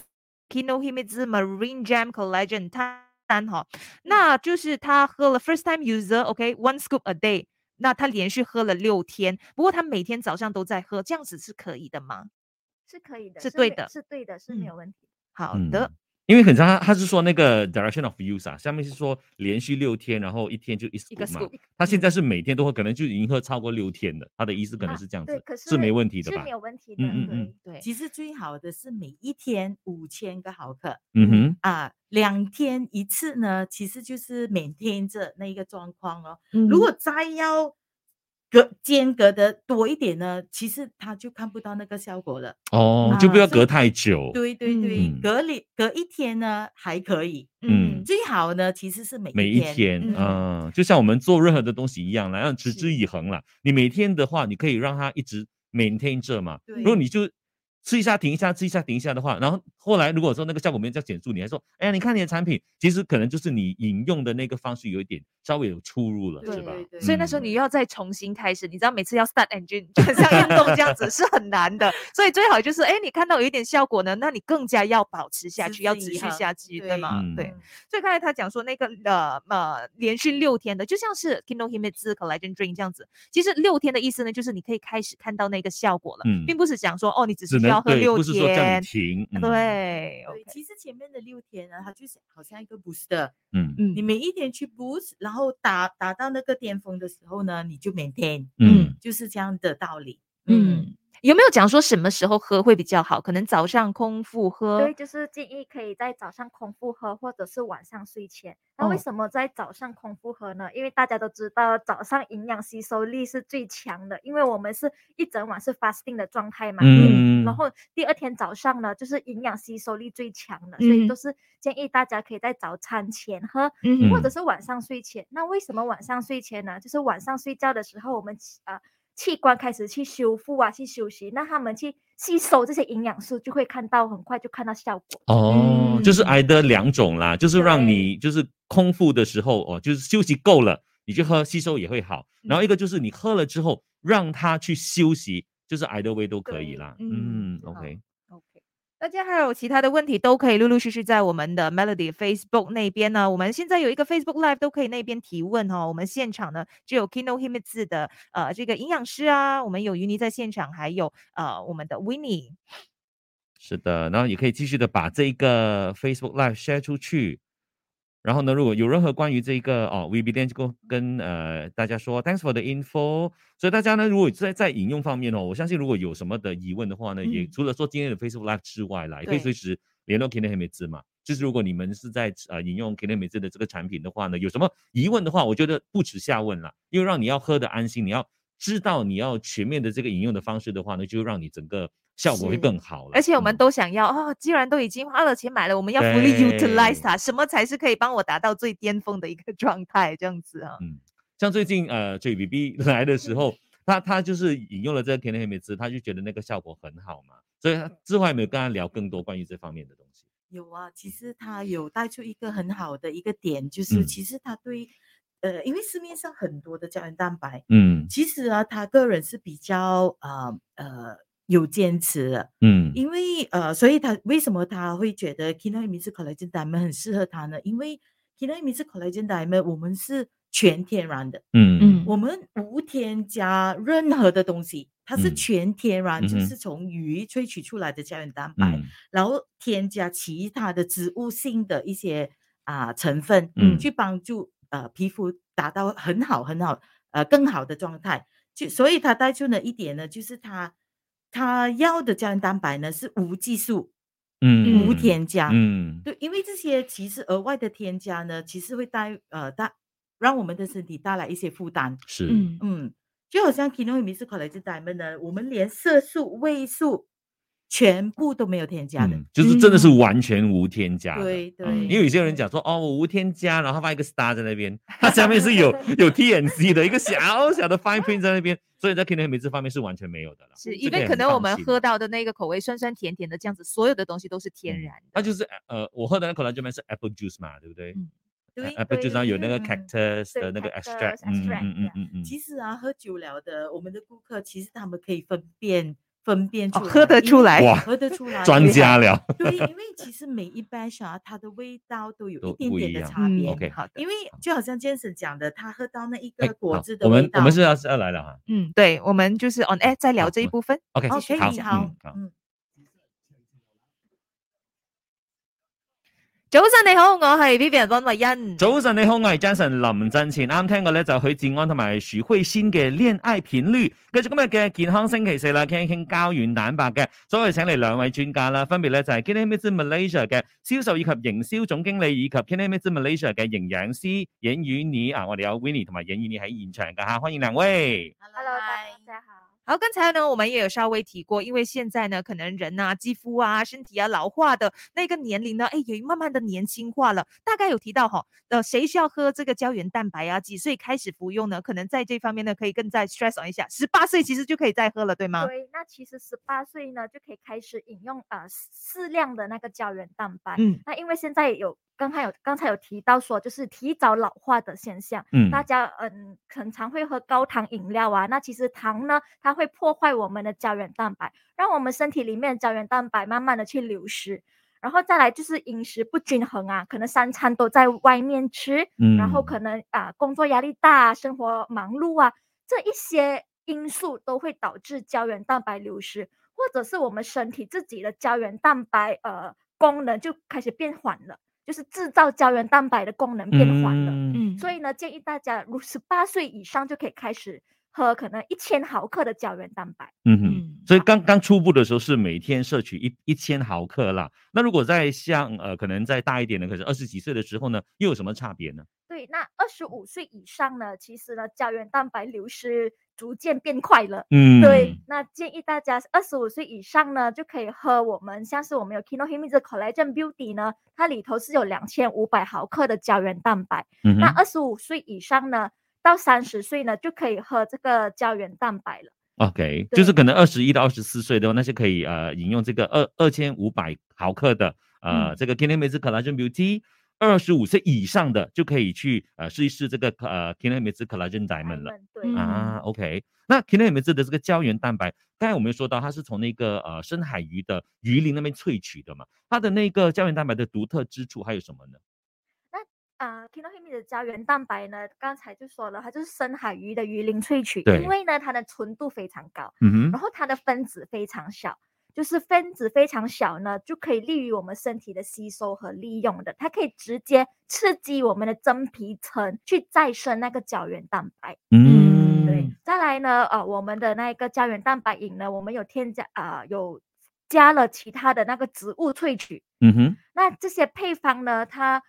B: Kino Himizu Marine Jam Collagen 它单哈，那就是他喝了 first time user，OK、one scoop a day，那他连续喝了六天，不过他每天早上都在喝，这样子是可以的吗？
D: 是可以的，
B: 是
D: 没
B: 对的
D: 是对的，是
B: 嗯
D: 没有问题。
B: 好的，
A: 嗯因为很长，他他是说那个 direction of use 啊，下面是说连续六天，然后一天就一
B: 一个
A: scoop 嘛。
B: scoop
A: 他现在是每天都会，可能就已经喝超过六天了。他的意思可能
D: 啊
A: 是这样子，
D: 对，可是
A: 没问题的
D: 是
A: 吧
D: 没？有问题的。
A: 嗯嗯嗯
B: 对，
C: 其实最好的是每一天五千个毫克
A: 嗯哼，
C: 啊，两天一次呢，其实就是每天这那一个状况咯。
B: 嗯
C: 如果再要隔间隔的多一点呢，其实他就看不到那个效果了。
A: 哦，就不
C: 啊
A: 要
C: 所以
A: 隔太久。
C: 对对对，
A: 哦嗯
C: 隔离隔一天呢还可以，
A: 嗯
C: 最好呢其实是每
A: 每一天，
C: 嗯
A: 嗯、就像我们做任何的东西一样啦，要持之以恒啦。你每天的话，你可以让它一直 maintain 着嘛。
C: 对
A: 如果你就吃一下停一下，吃一下停一下的话，然后后来如果说那个效果没有再显著，你还说，哎呀，你看你的产品，其实可能就是你饮用的那个方式有一点稍微有出入了，
C: 对
A: 是吧
C: 对？对
B: 所以那时候
A: 嗯
B: 你又要再重新开始，你知道每次要 start engine，就很像运动这 样子是很难的。所以最好就是，哎，你看到有一点效果呢，那你更加要保持下
C: 持
B: 去，要
C: 之
B: 持
C: 以
B: 续
C: 恒
B: 下去，对吗？
A: 嗯
B: 对。所以刚才他讲说那个呃呃，连续六天的，就像是 Kindle Himets Collagen Drink 这样子。其实六天的意思呢，就是你可以开始看到那个效果了，
A: 嗯
B: 并不是讲说哦，你只
A: 只
B: 需要
A: 能
B: 喝
A: 对，
B: 六
A: 不是说叫
B: 天
A: 你。停，嗯，
B: 对
C: 对，
B: ，OK，
C: 其实前面的六天呢，它就是好像一个 booster，
A: 嗯
B: 嗯
C: 你每一天去 boost，然后达达到那个巅峰的时候呢，你就 maintain，
A: 嗯，
C: 就是这样的道理。
B: 嗯，有没有讲说什么时候喝会比较好？可能早上空腹喝，
D: 对，就是建议可以在早上空腹喝，或者是晚上睡前。那为
B: 哦
D: 什么在早上空腹喝呢？因为大家都知道早上营养吸收力是最强的，因为我们是一整晚是 fasting 的状态嘛。
A: 嗯
D: 然后第二天早上呢，就是营养吸收力最强的，所以
B: 嗯
D: 都是建议大家可以在早餐前喝，
B: 嗯
D: 或者是晚上睡前。那为什么晚上睡前呢？就是晚上睡觉的时候，我们起呃器官开始去修复啊，去休息，那他们去吸收这些营养素，就会看到很快就看到效果。
A: 哦，就是
B: 嗯
A: 挨的两种啦，就是让
D: 对
A: 你就是空腹的时候哦，就是休息够了，你去喝吸收也会好。
B: 嗯
A: 然后一个就是你喝了之后，让它去休息，就是挨的胃都可以
D: 对
A: 啦。
B: 嗯
A: 嗯，OK，
B: OK，大家还有其他的问题都可以陆陆续续在我们的 Melody Facebook 那边呢。我们现在有一个 Facebook Live 都可以那边提问哦。我们现场呢只有 Kindle Himits 的呃这个营养师啊，我们有于妮在现场，还有呃我们的 w i n n i e
A: 是的，然后也可以继续的把这一个 Facebook Live share 出去。然后呢，如果有任何关于这一个哦 v b d 跟跟呃大家说，thanks for the info。所以大家呢，如果在在引用方面哦，我相信如果有什么的疑问的话呢，也
C: 嗯
A: 除了说今天的 Facebook Live 之外啦，也可以
B: 对
A: 随时联络 k i n e h e m i 嘛。就是如果你们是在呃引用 k i n e h e m i 的这个产品的话呢，有什么疑问的话，我觉得不耻下问啦，因为让你要喝的安心，你要知道你要全面的这个引用的方式的话呢，就让你整个效果会
B: 是
A: 更好了。
B: 而且我们
A: 嗯
B: 都想要哦，既然都已经花了钱买了，我们要 fully
A: 对
B: utilize 它，什么才是可以帮我达到最巅峰的一个状态？这样子啊，
A: 像最近呃 JBB 来的时候，他他就是引用了这个 k e n n y 美姿，他就觉得那个效果很好嘛，所以他之后还没有跟他聊更多关于这方面的东西。
C: 有啊，其实他有带出一个很好的一个点，
A: 嗯
C: 就是其实他对，呃，因为市面上很多的胶原蛋白，
A: 嗯
C: 其实啊，他个人是比较呃呃有坚持的，
A: 嗯
C: 因为呃，所以他为什么他会觉得 Kinomi 是 collagen diamond 很适合他呢？因为 Kinomi 是 collagen diamond，我们是全天然的，
A: 嗯
C: 我们无添加任何的东西，它是
A: 嗯
C: 全天然，就
A: 嗯哼嗯
C: 是从鱼萃取出来的胶原蛋白，然后添加其他的植物性的一些啊、成分，
A: 嗯
C: 去帮助呃皮肤达到很好很好呃更好的状态。就所以它带出了一点呢，就是它它要的胶原蛋白呢是无激素、
A: 嗯
C: 无添加。
A: 嗯
C: 对，因为这些其实额外的添加呢，其实会带呃带让我们的身体带来一些负担。
A: 是
C: 嗯，就好像 Kino 米斯可来自 Diamond 呢，我们连色素、味素全部都没有添加的。
A: 嗯，就是真的是完全无添加的。
C: 对
A: 啊
C: 对
A: 因为有些人讲说哦，我无添加，然后放一个 star 在那边，它下面是有有 TNC 的一个小小的 fine print 在那边，所以在 k e n n y 美姿方面是完全没有的了。嗯
B: 是
A: 这
B: 因
A: 个
B: 为
A: 也
B: 可
A: 很
B: 能我
A: 放
B: 们
A: 心
B: 喝到的那个口味酸酸甜甜的这样子，所有的东西都是天
A: 嗯
B: 然的。
A: 它就是呃，我喝的那口兰酒面是 apple juice 嘛，对不对？
B: 嗯
C: 对
A: a p p l e
D: 对
A: juice 然后有那个
C: 嗯
A: cactus 的
D: 对
A: 那个
D: cactus
A: extract，嗯嗯
D: extract，
A: 嗯嗯嗯，
C: 其实啊，喝酒了的我们的顾客，其实他们可以分辨分辨
A: 啊
C: 出
B: 哦
C: 来、
B: 喝得
C: 因
B: 出
C: 为
B: 来
A: 哇
C: 喝得出来，
A: 专
C: 对
A: 家。了，
C: 对，因 为其实每一 batch 啊，它的味道都有
A: 都
C: 一点
A: 不一
C: 点的
A: 样
C: 差别。
A: 嗯 OK
B: 好的。
C: 因为就好像 Jason 讲的，他喝到那一
A: 哎
C: 个果
A: 好
C: 汁的
A: 我
C: 味
A: 们
C: 道，
A: 我们是要是要来了哈
B: 嗯，对，我们就是 on air 在聊
A: 好
B: 这一
A: 我
B: 部分。
A: ，OK，嗯
C: 哦，可以
A: 好，
C: 好
A: 嗯，好，
C: 嗯，
B: 早晨你好，我係 Vivian 温慧欣。
A: 早晨，你好，我系 Jason 林振前。啱聽過咧就許志安同埋許慧仙嘅《戀愛片律》。繼續今日嘅健康星期四啦，傾一傾膠原蛋白嘅，所以請嚟兩位專家啦，分別咧就係 k i n e m i z Malaysia 嘅銷售以及營銷總經理，以及 k i n e m i z Malaysia 嘅營養師尹宇妮啊，我哋有 Winnie 同埋尹宇妮喺現場噶吓，歡迎兩位。
D: Hello，大家好。
B: 好，刚才呢，我们也有稍微提过，因为现在呢，可能人啊、肌肤啊、身体啊老化的那个年龄呢，哎，也慢慢的年轻化了。大概有提到哈，呃，谁需要喝这个胶原蛋白啊？几岁开始服用呢？可能在这方面呢，可以更再 stress on 一下，十八岁其实就可以再喝了，对吗？
D: 对，那其实十八岁呢就可以开始饮用呃适量的那个胶原蛋白。
B: 嗯
D: 那因为现在有刚才有刚才有提到说，就是提早老化的现象，
A: 嗯
D: 大家嗯很常会喝高糖饮料啊。那其实糖呢，它会破坏我们的胶原蛋白，让我们身体里面的胶原蛋白慢慢的去流失。然后再来就是饮食不均衡啊，可能三餐都在外面吃，
A: 嗯
D: 然后可能啊、工作压力大、啊，生活忙碌啊，这一些因素都会导致胶原蛋白流失，或者是我们身体自己的胶原蛋白呃功能就开始变缓了，就是制造胶原蛋白的功能变缓了。
A: 嗯
B: 嗯，
D: 所以呢，建议大家如十八岁以上就可以开始喝可能一千毫克的胶原蛋白。
A: 嗯哼。
B: 嗯，
A: 所以刚刚初步的时候是每天摄取一一千毫克啦。那如果再像呃，可能再大一点的，可是二十几岁的时候呢，又有什么差别呢？
D: 对，那二十五岁以上呢，其实呢，胶原蛋白流失逐渐变快了。
A: 嗯
D: 对，，那建议大家二十五岁以上呢，就可以喝我们像是我们有 Kinohimi 的 Collagen Beauty 呢，它里头是有两千五百毫克的胶原蛋白。
A: 嗯
D: 那
A: 哼，
D: 二十五岁以上呢，到三十岁呢，就可以喝这个胶原蛋白了。
A: OK，就是
D: 对
A: 可能二十一到二十四岁的话，那些可以呃饮用这个二二千五百毫克的呃、
D: 嗯
A: 这个 k i n e m i z Collagen Beauty，二十五岁以上的就可以去呃试一试这个呃 k i n e m i z Collagen Diamond 了。
D: 们对，
B: 嗯
A: 啊，OK，那 k i n e m i z 的这个胶原蛋白，刚才我们有说到它是从那个呃深海鱼的鱼鳞那边萃取的嘛，它的那个胶原蛋白的独特之处还有什么呢？
D: 啊 k i n o h i m i 的胶原蛋白呢，刚才就说了，它就是深海鱼的鱼鳞萃取，
A: 对
D: 因为呢它的纯度非常高，
A: 嗯
B: 啊
D: 然后它的分子非常小，就是分子非常小呢，就可以利于我们身体的吸收和利用的。它可以直接刺激我们的真皮层去再生那个胶原蛋白。
A: 嗯，
D: 对，再来呢，呃，我们的那个胶原蛋白饮呢，我们有添加啊、有加了其他的那个植物萃取，
A: 嗯哼，
D: 那这些配方呢，它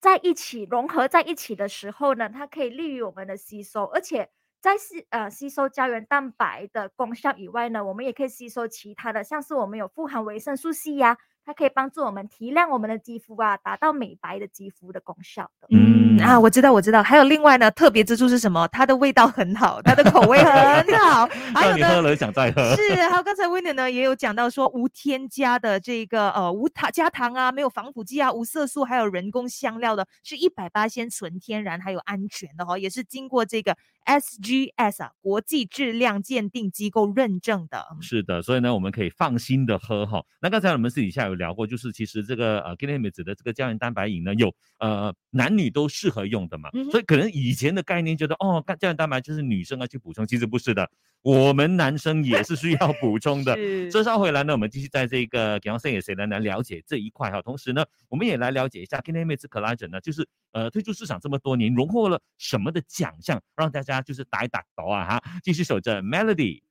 D: 在一起融合在一起的时候呢，它可以利于我们的吸收，而且在吸呃吸收胶原蛋白的功效以外呢，我们也可以吸收其他的，像是我们有富含维生素 C 呀、它可以帮助我们提亮我们的肌肤啊，达到美白的肌肤的功效的。
B: 嗯啊，
A: 嗯
B: 我知道，我知道。还有另外呢，特别之处是什么？它的味道很好，它的口味很 好，还有
A: 让你
B: 呢
A: 喝。了想再喝，
B: 是，还有刚才 w i n n 呢也有讲到说无添加的这个呃无糖加糖啊，没有防腐剂啊，无色素，还有人工香料的，是一百八先纯天然，还有安全的哦，也是经过这个 SGS 啊国际质量鉴定机构认证的。
A: 是的，所以呢，我们可以放心的喝哈。那刚才我们私底下有聊过，就是其实这个呃 g l i m i t 的这个胶原蛋白饮呢，有呃男女都适合用的嘛，
B: 嗯哼
A: 所以可能以前的概念觉得哦，胶胶原蛋白就是女生要去补充，其实不是的，我们男生也是需要补充的。
B: 是
A: 所以稍后回来呢，我们继续在这个给 e 生也谁呢来了解这一块哈。同时呢，我们也来了解一下 k i n e m i t Collagen 呢，就是呃推出市场这么多年，荣获了什么的奖项，让大家就是打一打头啊哈。继续守着 Melody。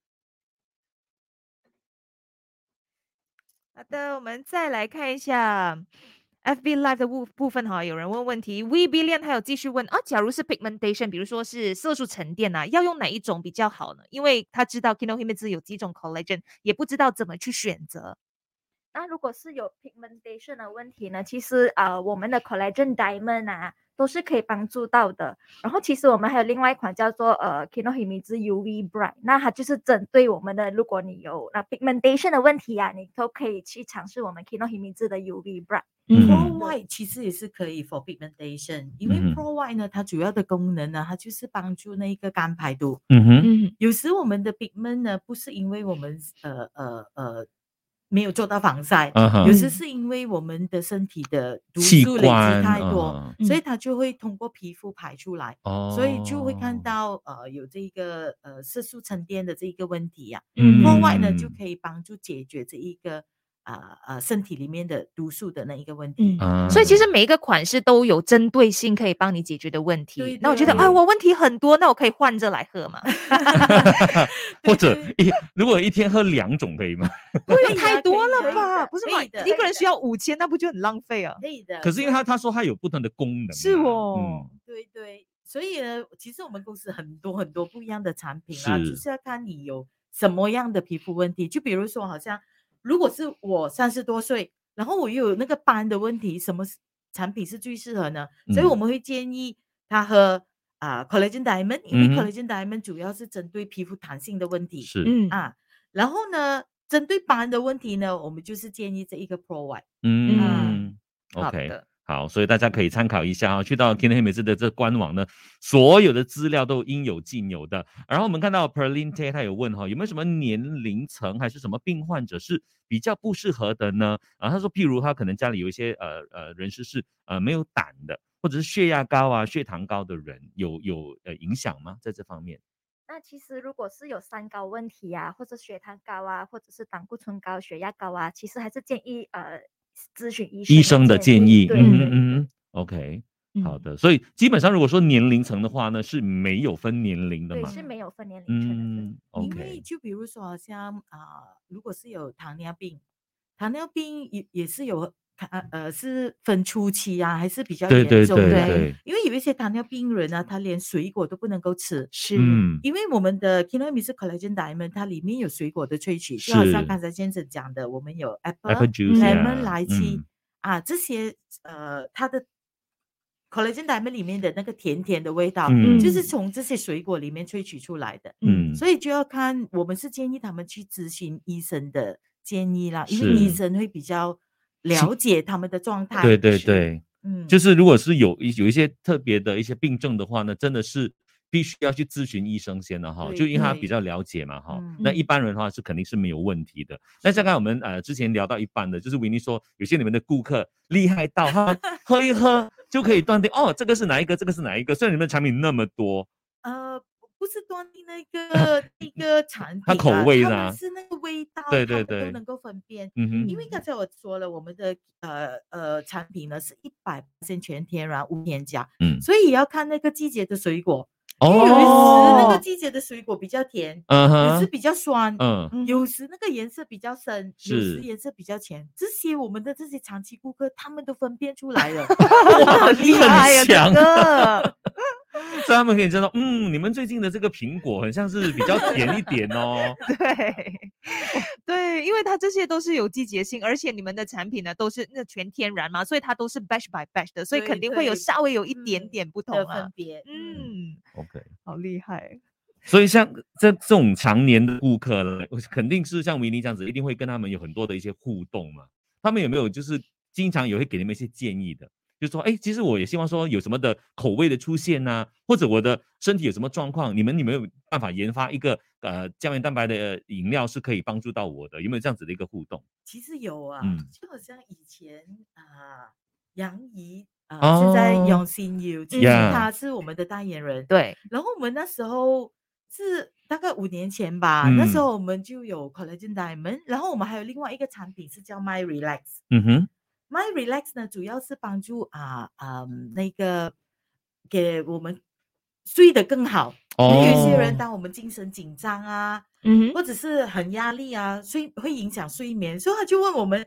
B: 好的，我们再来看一下 FB Live 的部部分哈，有人问问题，V B 链还有继续问啊，假如是 pigmentation，比如说是色素沉淀呐、要用哪一种比较好呢？因为他知道 Kino Himits 有几种 collagen，也不知道怎么去选择。
D: 那如果是有 pigmentation 的问题呢，其实呃，我们的 collagen diamond 啊，都是可以帮助到的。然后其实我们还有另外一款叫做呃 Kinohimizu UV Bright，那它就是针对我们的，如果你有那 pigmentation 的问题啊，你都可以去尝试我们 Kinohimizu 的 UV Bright。
A: 嗯
C: Pro White 其实也是可以 for pigmentation，因为
A: 嗯
C: Pro White 呢，它主要的功能呢，它就是帮助那个肝排毒。
A: 嗯哼。
B: 嗯
C: 有时我们的 pigment 呢，不是因为我们呃呃呃没有做到防晒，
A: 嗯哼
C: 有
B: 嗯
C: 时是因为我们的身体的毒
A: 器
C: 素累
A: 官
C: 积太多，
A: 嗯
C: 所以它就会通过皮肤排出来，
A: 哦
C: 所以就会看到呃有这一个呃色素沉淀的这一个问题呀、
A: 嗯
C: 另外呢，就
A: 嗯
C: 可以帮助解决这一个啊啊身体里面的毒素的那一个问题。
A: 嗯
B: 所以其实每一个款式都有针对性可以帮你解决的问题。
C: 对
B: 那我觉得
A: 对
B: 啊，我问题很多，那我可以换着来喝嘛。
A: 或者一如果一天喝两种可以 吗？
C: 不
B: 用太多了吧？不是嘛
C: 可以？的，
B: 一
C: 可
B: 个人需要五千，那不就很浪费啊？
C: 以的。
A: 可是因为它他说它有不同的功能啊，
B: 是哦
A: 嗯，
C: 对对，所以呢，其实我们公司很多很多不一样的产品啊，
A: 是
C: 就是要看你有什么样的皮肤问题。就比如说，好像如果是我三十多岁，然后我又有那个斑的问题，什么是产品是最适合呢？所以我
A: 嗯
C: 们会建议他喝啊、collagen diamond，因为
A: 嗯哼
C: collagen diamond 主要是针对皮肤弹性的问题
A: 是，
B: 嗯
C: 啊。然后呢，针对斑的问题呢，我们就是建议这一个 Pro White。
A: 嗯
B: 好
A: ，OK。
B: 的，
A: 好，所以大家可以参考一下啊，去到天天黑美姿的这官网呢，所有的资料都应有尽有的。然后我们看到 Perlin Tay 他有问哈，有没有什么年龄层还是什么病患者是比较不适合的呢？啊，他说，譬如他可能家里有一些呃呃人士是呃没有胆的，或者是血压高啊、血糖高的人，有有呃影响吗？在这方面，
D: 那其实如果是有三高问题啊，或者血糖高啊，或者是胆固醇高、血压高啊，其实还是建议呃咨询医
A: 医生的建议，
D: 对
A: 嗯
D: 对
A: 嗯
D: 对
A: 嗯，OK，好
B: 嗯
A: 的。所以基本上如果说年龄层的话呢，是没有分年龄的
D: 对
A: 嘛，
D: 是没有分年龄层的。对
A: 嗯
C: 因为
A: ，OK，
C: 就比如说，好像啊、如果是有糖尿病，糖尿病也也是有啊呃是分初期啊，还是比较
A: 对
C: 严
A: 对
C: 重
A: 对
C: 的。
A: 对。
C: 因为有一些糖尿病人啊，他连水果都不能够吃。
B: 是
A: 嗯，
C: 因为我们的 k i n o m i s collagen diamond，它里面有水果的萃取，就好
A: 是
C: 像刚才先生讲的，我们有 apple,
A: apple juice
B: 嗯
C: lemon、
A: 呀
C: lychee
A: 嗯
C: 啊这些呃，它的 collagen diamond 里面的那个甜甜的味道，
A: 嗯
C: 就是从这些水果里面萃取出来的。
A: 嗯，
C: 所以就要看，我们是建议他们去咨询医生的建议啦，因为医
A: 是
C: 生会比较了解他们的状态。
A: 对对，对，
C: 嗯，
A: 就是是如果是有一有一些特别的一些病症的话呢，真的是必须要去咨询医生先的哈，
C: 对
A: 就因为他比
C: 对
A: 较了解嘛哈
C: 嗯。
A: 那一般人的话是肯定是没有问题的。那像刚才我们呃之前聊到一半的，就是维尼说有些你们的顾客厉害到 他喝一喝就可以断定哦，这个是哪一个，这个是哪一个。虽然你们的产品那么多，
C: 呃，不是端定 那个那个产品、啊，
A: 它口味
C: 他
A: 的
C: 们
A: 啊
C: 是那个味道，
A: 对
C: 他
A: 对
C: 们
A: 对
C: 都能够分辨。
A: 嗯哼，
C: 因为刚才我说了，我们的呃呃产品呢是一百全天然无添加，
A: 嗯，
C: 所以也要看那个季节的水果。有时那
A: 哦
C: 个，季节的水果比较甜，
A: 嗯
C: 有时
A: 哼，
C: 比较酸，
A: 嗯，
B: 嗯
C: 有时那个颜色比较深，有
A: 是
C: 时颜色比较浅，这些我们的这些长期顾客他们都分辨出来了，哇，很厉
A: 很
C: 害呀、
A: 强
B: 强哥，
A: 所以他们可以知道，嗯，你们最近的这个苹果很像是比较甜一点哦。
B: 对 对，因为它这些都是有季节性，而且你们的产品呢都是那全天然嘛，所以它都是 batch by batch 的，所以
C: 对
B: 肯定会有
C: 对
B: 稍微有一点
C: 嗯
B: 点不同
C: 的
B: 啊
C: 分。别。嗯，
B: 嗯，
A: OK。
B: 好厉害，
A: 所以像这这种常年的顾客了，我肯定是像维尼这样子，一定会跟他们有很多的一些互动嘛。他们有没有就是经常也会给你们一些建议的？就说，哎，其实我也希望说有什么的口味的出现呐、或者我的身体有什么状况，你们有没有办法研发一个呃胶原蛋白的呃饮料是可以帮助到我的？有没有这样子的一个互动？
C: 其实有啊，
A: 嗯
C: 就好像以前啊，杨怡啊，现在
A: 哦
C: 杨心友，其实
A: Yeah
C: 她是我们的代言人。
B: 对，
C: 然后我们那时候是大概五年前吧，那时
A: 嗯
C: 候我们就有 collagen diamond，然后我们还有另外一个产品是叫 My Relax。
A: 嗯哼，
C: My Relax 呢，主要是帮助啊啊、嗯那个给我们睡得更好。因为有些
A: 哦
C: 人，当我们精神紧张啊，
B: 嗯，
C: 或者是很压力啊，睡会影响睡眠，所以他就问我们：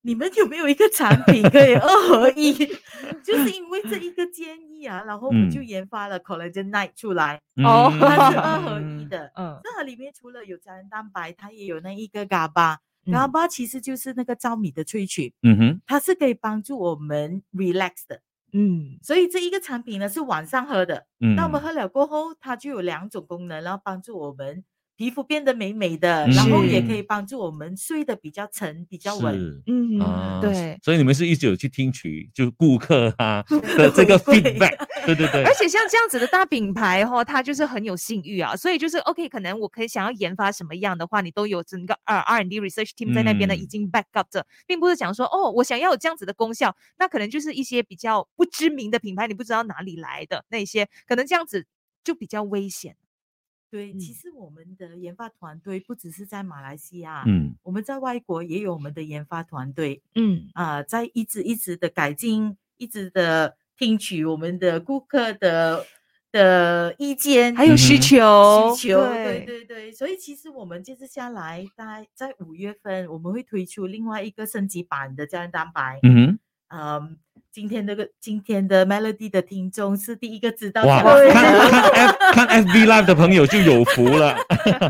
C: 你们有没有一个产品可以二合一？ 就是因为这一个建议啊，然后我们就
A: 嗯
C: 研发了 Collagen Night 出来，
B: 哦
C: 它是二合一
A: 嗯，
C: 的。
B: 嗯，
C: 那它里面除了有胶原蛋白，它也有那一个 GABA，GABA、
B: 嗯
C: GABA 其实就是那个糙米的萃取，
A: 嗯哼，
C: 它是可以帮助我们 relax 的。
B: 嗯，
C: 所以这一个产品呢是晚上喝的，
A: 嗯，
C: 那我们喝了过后，它就有两种功能，然后帮助我们皮肤变得美美的，然后也可以
A: 是
C: 帮助我们睡得比较沉、比较稳。
A: 是
B: 嗯，
A: 啊，
B: 对。
A: 所以你们是一直有去听取，就是顾客啊的这个
C: 回馈
A: feedback，对对对
B: 而，且像这样子的大品牌哈、哦，它就是很有信誉啊，所以就是 OK，可能我可以想要研发什么样的话，你都有整个 R R D research team 在那边呢，已
A: 嗯
B: 经 back up 着，并不是讲说哦，我想要有这样子的功效，那可能就是一些比较不知名的品牌，你不知道哪里来的那一些，可能这样子就比较危险。
C: 对，其
B: 嗯
C: 实我们的研发团队不只是在马来西亚，
A: 嗯
C: 我们在外国也有我们的研发团队
B: 嗯
C: 啊、在一直一直的改进，一直的听取我们的顾客的的意见，
B: 还有需
A: 嗯哼
B: 求，
C: 需求，对对对，所以其实我们这次下来，大概在五月份，我们会推出另外一个升级版的胶原蛋白。
A: 嗯
C: 嗯，今天这个今天的 Melody 的听众是第一个知道
A: 哼，哇，
C: 这个
D: 对
A: 看看 F 看 FB Live 的朋友就有福了。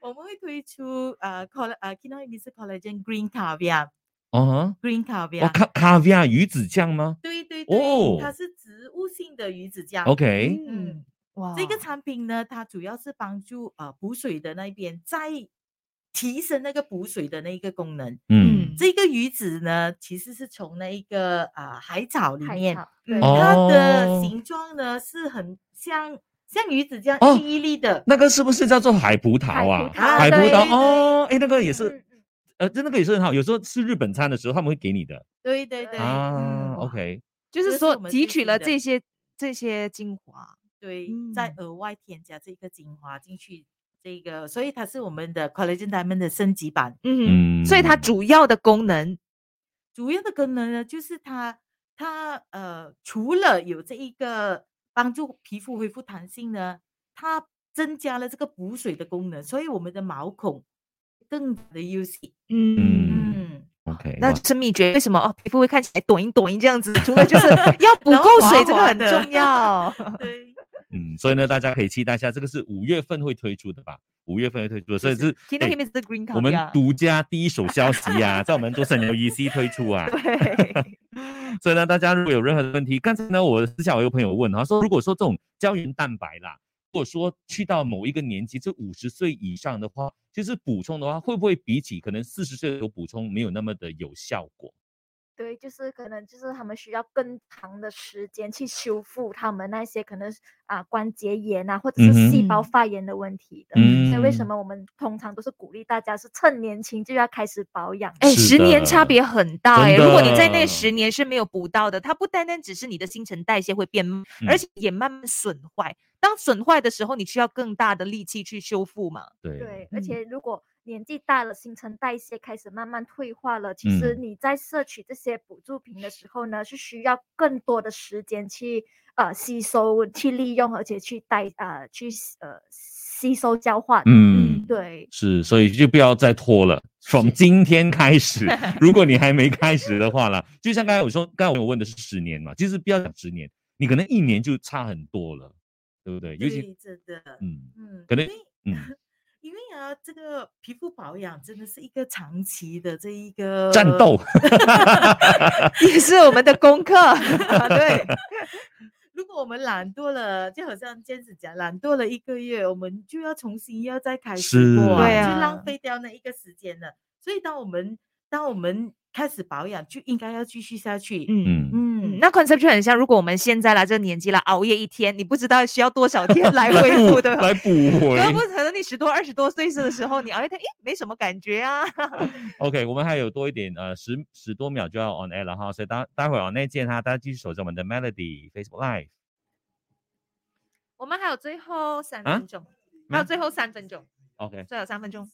C: 我们会推出呃 coll 呃 k i n o i m i s collagen green caviar
A: 哦、
C: green
A: 我
C: caviar，
A: 咖咖啡啊，鱼子酱吗
C: 对对对，
A: 哦
C: 它是植物性的鱼子酱。
A: ？OK，
C: 嗯
B: 嗯，，哇，
C: 这个产品呢，它主要是帮助呃补水的那一边再提升那个补水的那一个功能。
A: 嗯，
C: 这个鱼子呢，其实是从那一个啊、呃海藻里
D: 海
C: 面，
D: 草
B: 嗯
D: 对
A: 哦
C: 它的
A: 哦
C: 形状呢是很像像鱼子这样
A: 哦
C: 一粒一粒的。
A: 那个是不是叫做海葡萄啊？
D: 啊
A: 海葡
D: 对
A: 萄
D: 对
A: 哦，哎，那个也
D: 嗯
A: 是，
D: 嗯
A: 呃，真那个也是很好。有时候吃日本餐的时候，他们会给你的
C: 对对对，
A: 啊
C: 嗯。
A: OK，
B: 就
C: 这
B: 是
C: 是
B: 说
C: 我们
B: 汲
C: 最
B: 取
C: 新
B: 了
C: 的
B: 这些这些精华，
C: 对，再
B: 嗯
C: 额外添加这个精华进去，这个，所以它是我们的 collagen diamond 的升级版。
B: 嗯，
A: 嗯，
B: 所以它主要的功能，
C: 主要的功能呢，就是它它呃，除了有这一个帮助皮肤恢复弹性呢，它增加了这个补水的功能，所以我们的毛孔更的优势。
A: 嗯
C: 嗯，
A: OK，
B: 那
A: 哇
B: 就是秘诀。为什么哦，皮肤会看起来抖音抖音这样子？除 了就是要补
C: 然后
B: 够
C: 滑
B: 水，这个
C: 滑
B: 很
C: 的
B: 重要。
C: 对，
A: 嗯，所以呢，大家可以期待一下，这个是五月份会推出的吧？五月份会推出的，所以是
B: k i n o
A: 哎
B: h i m i s 的 Green Cup
A: 我们
D: 啊
B: 呀
A: 独家第一手消息啊，在我们多神牛 EC 推出 啊。
B: 对，
A: 所以呢，大家如果有任何的问题，刚才呢，我私下我有朋友问啊，他说如果说这种胶原蛋白啦，如果说去到某一个年纪，就五十岁以上的话，就是补充的话，会不会比起可能四十岁有补充没有那么的有效果？
D: 对，就是可能就是他们需要更长的时间去修复他们那些可能是啊关节炎啊，或者是细胞
B: 嗯哼
D: 发炎的问题的。
A: 嗯，
D: 所以为什么我们通常都是鼓励大家是趁年轻就要开始保养？
B: 哎，
A: 是
B: 十年
A: 的
B: 差别很大哎、
A: 真
B: 如果你在那
A: 的
B: 十年是没有补到的，它不单单只是你的新陈代谢会变慢，
A: 嗯
B: 而且也慢慢损坏。当损坏的时候，你需要更大的力气去修复嘛。
A: 对
D: 对，而
B: 嗯
D: 且如果年纪大了，新陈代谢开始慢慢退化了，其实
A: 嗯
D: 你在摄取这些补助品的时候呢，是需要更多的时间去呃吸收、去利用，而且去代呃去吸呃吸收交换。
A: 嗯，
D: 对，
A: 是，所以就不要再拖了。从今天开 始，如果你还没开始的话啦，就像刚才我说，刚才我问的是十年嘛，其实不要讲十年，你可能一年就差很多了，对不对？尤其
C: 对，真的，
A: 嗯
C: 嗯，
A: 可能
C: 因为
A: 嗯，
C: 因为啊，这个皮肤保养真的是一个长期的这一个
A: 战斗，
B: 呃也是我们的功课， 啊 对，
C: 如果我们懒惰了，就好像这样子讲，懒惰了一个月，我们就要重新要再开始
A: 是
C: 过、
B: 对
C: 就
B: 啊
C: 浪费掉那一个时间了。所以，当我们当我们开始保养，就应该要继续下去。
B: 嗯。
A: 嗯，
C: 嗯
B: 嗯，那 concept 就很像，如果我们现在啦这个年纪啦，熬夜一天，你不知道需要多少天来恢复，对吧？
A: 来补回
B: 要。不可能你十多二十多岁的时候，你熬夜天，诶，没什么感觉啊。
A: OK，我们还有多一点呃十十多秒就要 on air 了哈，所以待待会儿 on air 见哈，大家继续守着我们的 Melody Facebook Live。
B: 我们还有最后三
A: 啊
B: 分钟，还有
A: 嗯
B: 最后三分钟，
A: OK，
B: 最后三分钟。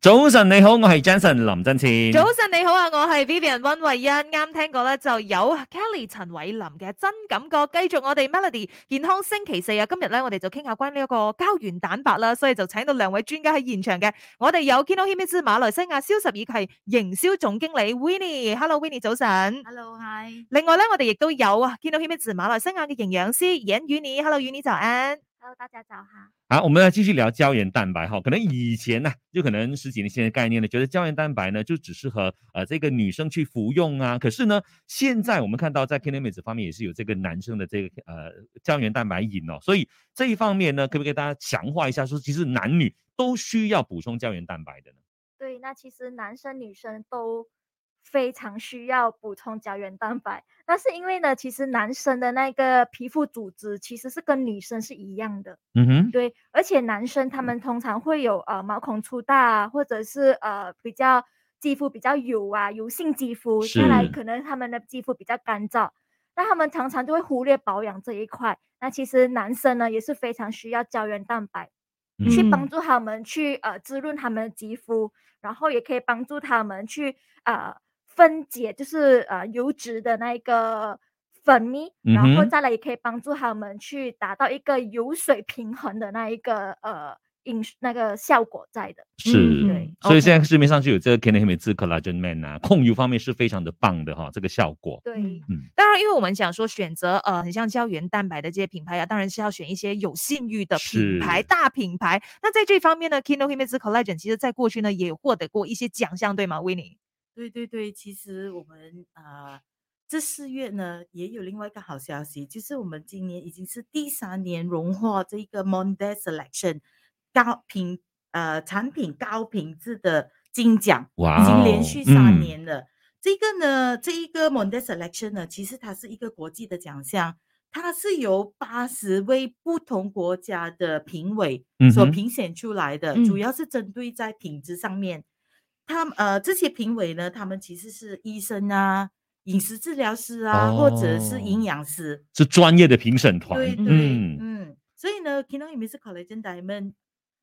A: 早晨你好，我係 Jensen 林振前。
B: 早晨你好啊，我係 Vivian 温慧欣，啱聽過咧就有 Kelly 陳偉林嘅真感覺。繼續我哋 Melody 健康星期四啊，今日咧我哋就傾下關於呢一個膠原蛋白啦，所以就請到兩位專家喺現場嘅。我哋有 Kino Himis 馬來西亞銷售以及營銷總經理 Winnie，Hello Winnie 早晨。
C: ，Hello Hi，
B: 另外咧我哋亦都有啊 Kino Himis 馬來西亞嘅營養師 y a n y u n i h e l l o y u n i 早安。
D: Hello，大家早哈。
A: 好，我们来继续聊胶原蛋白哈。可能以前呢、就可能十几年前的概念呢，觉得胶原蛋白呢就只适合呃这个女生去服用啊。可是呢，现在我们看到在 k i n e m i s 方面也是有这个男生的这个呃胶原蛋白饮哦。所以这一方面呢，可不可以给大家强化一下，说其实男女都需要补充胶原蛋白的呢？
D: 对，那其实男生女生都非常需要补充胶原蛋白，那是因为呢，其实男生的那个皮肤组织其实是跟女生是一样的。
A: 嗯哼，
D: 对，而且男生他们通常会有呃毛孔粗大啊，或者是呃比较肌肤比较油啊，油性肌肤，
A: 是
D: 再来可能他们的肌肤比较干燥，那他们常常就会忽略保养这一块。那其实男生呢也是非常需要胶原蛋白，去帮
C: 嗯
D: 助他们去呃滋润他们的肌肤，然后也可以帮助他们去呃分解，就是呃油脂的那一个粉蜜，然后
A: 嗯哼
D: 再来也可以帮助他们去达到一个油水平衡的那一个呃饮食那个效果在的。
A: 是。
D: 对
C: 嗯
A: 所以
C: OK
A: 现在市面上就有这个 k e n n y 美姿 Collagen Man 啊，控油方面是非常的棒的哈，这个效果。
D: 对，
C: 嗯
B: 当然，因为我们讲说选择呃，很像胶原蛋白的这些品牌啊，当然是要选一些有信誉的品牌、
A: 是
B: 大品牌。那在这方面呢，Kino Himes Collagen 其实在过去呢也获得过一些奖项，对吗 w i n n i
C: 对对对，其实我们啊、呃这四月呢也有另外一个好消息，就是我们今年已经是第三年荣获这个 Monday Selection 高品呃产品高品质的金奖，
A: 哇、
C: 已
A: 哦，
C: 经连续三
A: 嗯
C: 年了。这个呢，这一个 Monday Selection 呢，其实它是一个国际的奖项，它是由八十位不同国家的评委所
A: 嗯哼
C: 评选出来的，
B: 嗯
C: 主要是针对在品质上面。他们呃，这些评委呢，他们其实是医生啊、饮食治疗师啊，或者是
A: 哦
C: 营养师。
A: 是专业的评审团。
C: 对对，嗯
A: 嗯，
C: 所以呢，Kino i m i s Collagen Diamond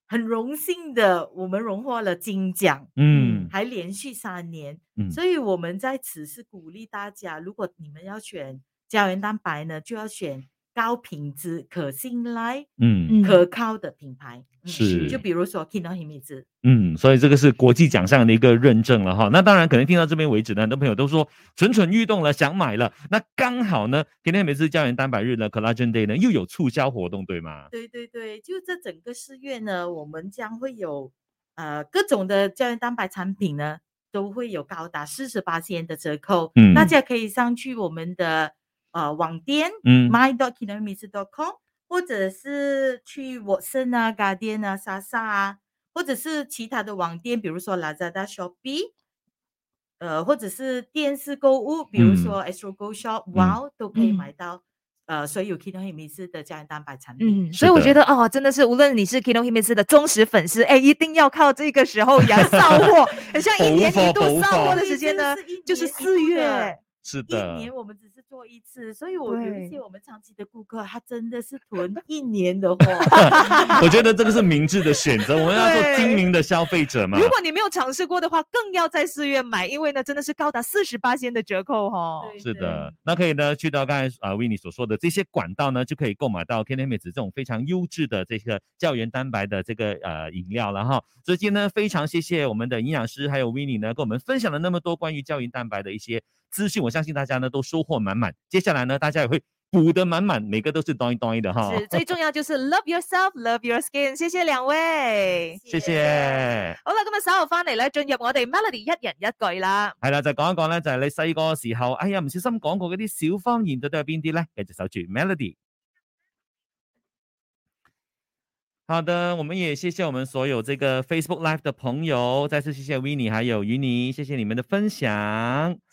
C: 很荣幸的，我们荣获了金奖，
A: 嗯
C: 还连续三年，
A: 嗯
C: 所以我们在此是鼓励大家，如果你们要选胶原蛋白呢，就要选高品质、可信赖、
A: 嗯
C: 可靠的品牌，嗯
A: 是
C: 就比如说 Kino i m i s
A: 嗯，所以这个是国际奖项的一个认证了哈。那当然，可能听到这边为止呢，很多朋友都说蠢蠢欲动了，想买了。那刚好呢，今天每次胶原蛋白日呢，Collagen Day 呢又有促销活动，对吗？
C: 对对对，就这整个四月呢，我们将会有呃各种的胶原蛋白产品呢，都会有高达四十八的折扣。大
A: 嗯
C: 家可以上去我们的呃网店、
A: 嗯
C: my dot k i n o m i s dot com，或者是去 Watson 啊、Guardian 啊、Sasa 啊，或者是其他的网店，比如说 Lazada、Shopee。呃，或者是电视购物，比如
A: 嗯
C: 说 Astro Go Shop、
A: 嗯
C: Wow 都可以
B: 嗯
C: 买到，呃，所有 Kino h i m i s 的胶原蛋白产品。
B: 嗯，
A: 是
B: 所以我
A: 的
B: 觉得哦，真的是无论你是 Kino Himes 的忠实粉丝，哎，一定要靠这个时候扬 扫货，很像一
A: 补
B: 年一
A: 货
B: 度
A: 补
B: 扫货
A: 货
B: 的
C: 对
B: 时间
C: 真的
B: 呢
C: 是一，
B: 就是
C: 年一
B: 四
C: 度的
B: 月。
A: 是
C: 一
A: 的，
C: 年我们只是做一次，所以我有一
B: 对
C: 些我们长期的顾客，他真的是囤一年的货。
A: 我觉得这个是明智的选择，我们要做精明的消费者嘛
B: 如。果你没有尝试过的话，更要在四月买，因为呢，真的是高达四十八仙的折扣哦。
C: 对
A: 是的，那可以呢，去到刚才啊 w i n n 所说的这些管道呢，就可以购买到 k e n n e m i 这种非常优质的这个胶原蛋白的这个呃饮料了哈。所以今天呢，非常谢谢我们的营养师还有 w i n n 呢，跟我们分享了那么多关于胶原蛋白的一些资讯，我相信大家呢都收获满满。接下来呢，大家也会补得满满，每个都是 d o i d o i 的哈。
B: 是最重要就是 love yourself, love your skin。谢谢兩位。
A: 谢谢。
B: 好啦，今日稍後翻嚟咧，進入我哋 Melody 一人一句啦。
A: 系啦，就講一講咧，就係你細個嘅時候，哎呀唔小心講過嗰啲小方言，到底有邊啲咧？繼續守住 Melody。好的，我们也谢谢我们所有这个 Facebook Live 的朋友，再次谢谢 w i n n i e 还有云妮，谢谢你们的分享。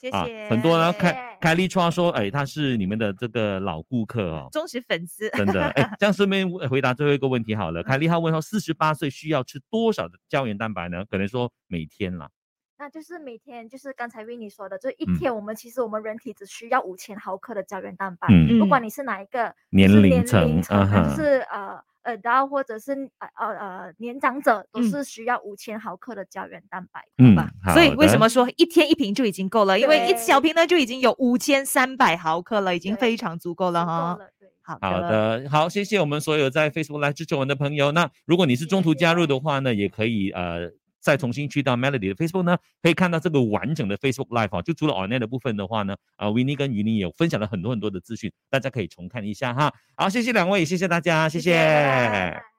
B: 謝
A: 啊
B: 謝，
A: 很多呢，
D: 谢
A: 凯凯莉创说，哎，他是你们的这个老顾客 哦。
B: 忠實粉絲。
A: 真的，哎，这样顺便呃回答最后一个问题好
B: 嗯
A: 了。凯莉她问说，四十八岁需要吃多少的胶原蛋白呢？可能说每天啦。
D: 那就是每天就是刚才为你说的，就一
A: 嗯
D: 天我们其实我们人体只需要五千毫克的胶原蛋白，
A: 嗯，
D: 不管
B: 嗯
D: 你是哪一个
A: 年
D: 是
A: 龄层，嗯
D: 层啊
A: 哼，
D: 就是呃呃，然后或者是呃呃呃年长者都
B: 嗯
D: 是需要五千毫克的胶原蛋白。
A: 嗯
B: 吧，
A: 好
B: 所以为什
A: 的
B: 麼說一天一瓶就已經夠了？因為一
D: 對
B: 小瓶呢就已經有五千三百毫克了，已經
D: 對
B: 非常足
A: 嗯
B: 夠
D: 足
B: 了
D: 够
B: 哈。
D: 了对
B: 好
A: 好的，好，谢谢我们所有在 Facebook 来支持我们的朋友。那如果你是中途加入的话呢，也可以呃再重新去到 Melody 的 Facebook 呢，可以看到这个完整的 Facebook Live 哦。就除了 online 的部分的话呢，啊 w i n n i e 跟于宁也有分享了很多很多的资讯，大家可以重看一下哈。好，谢谢两位，谢谢大家，谢
D: 谢谢拜拜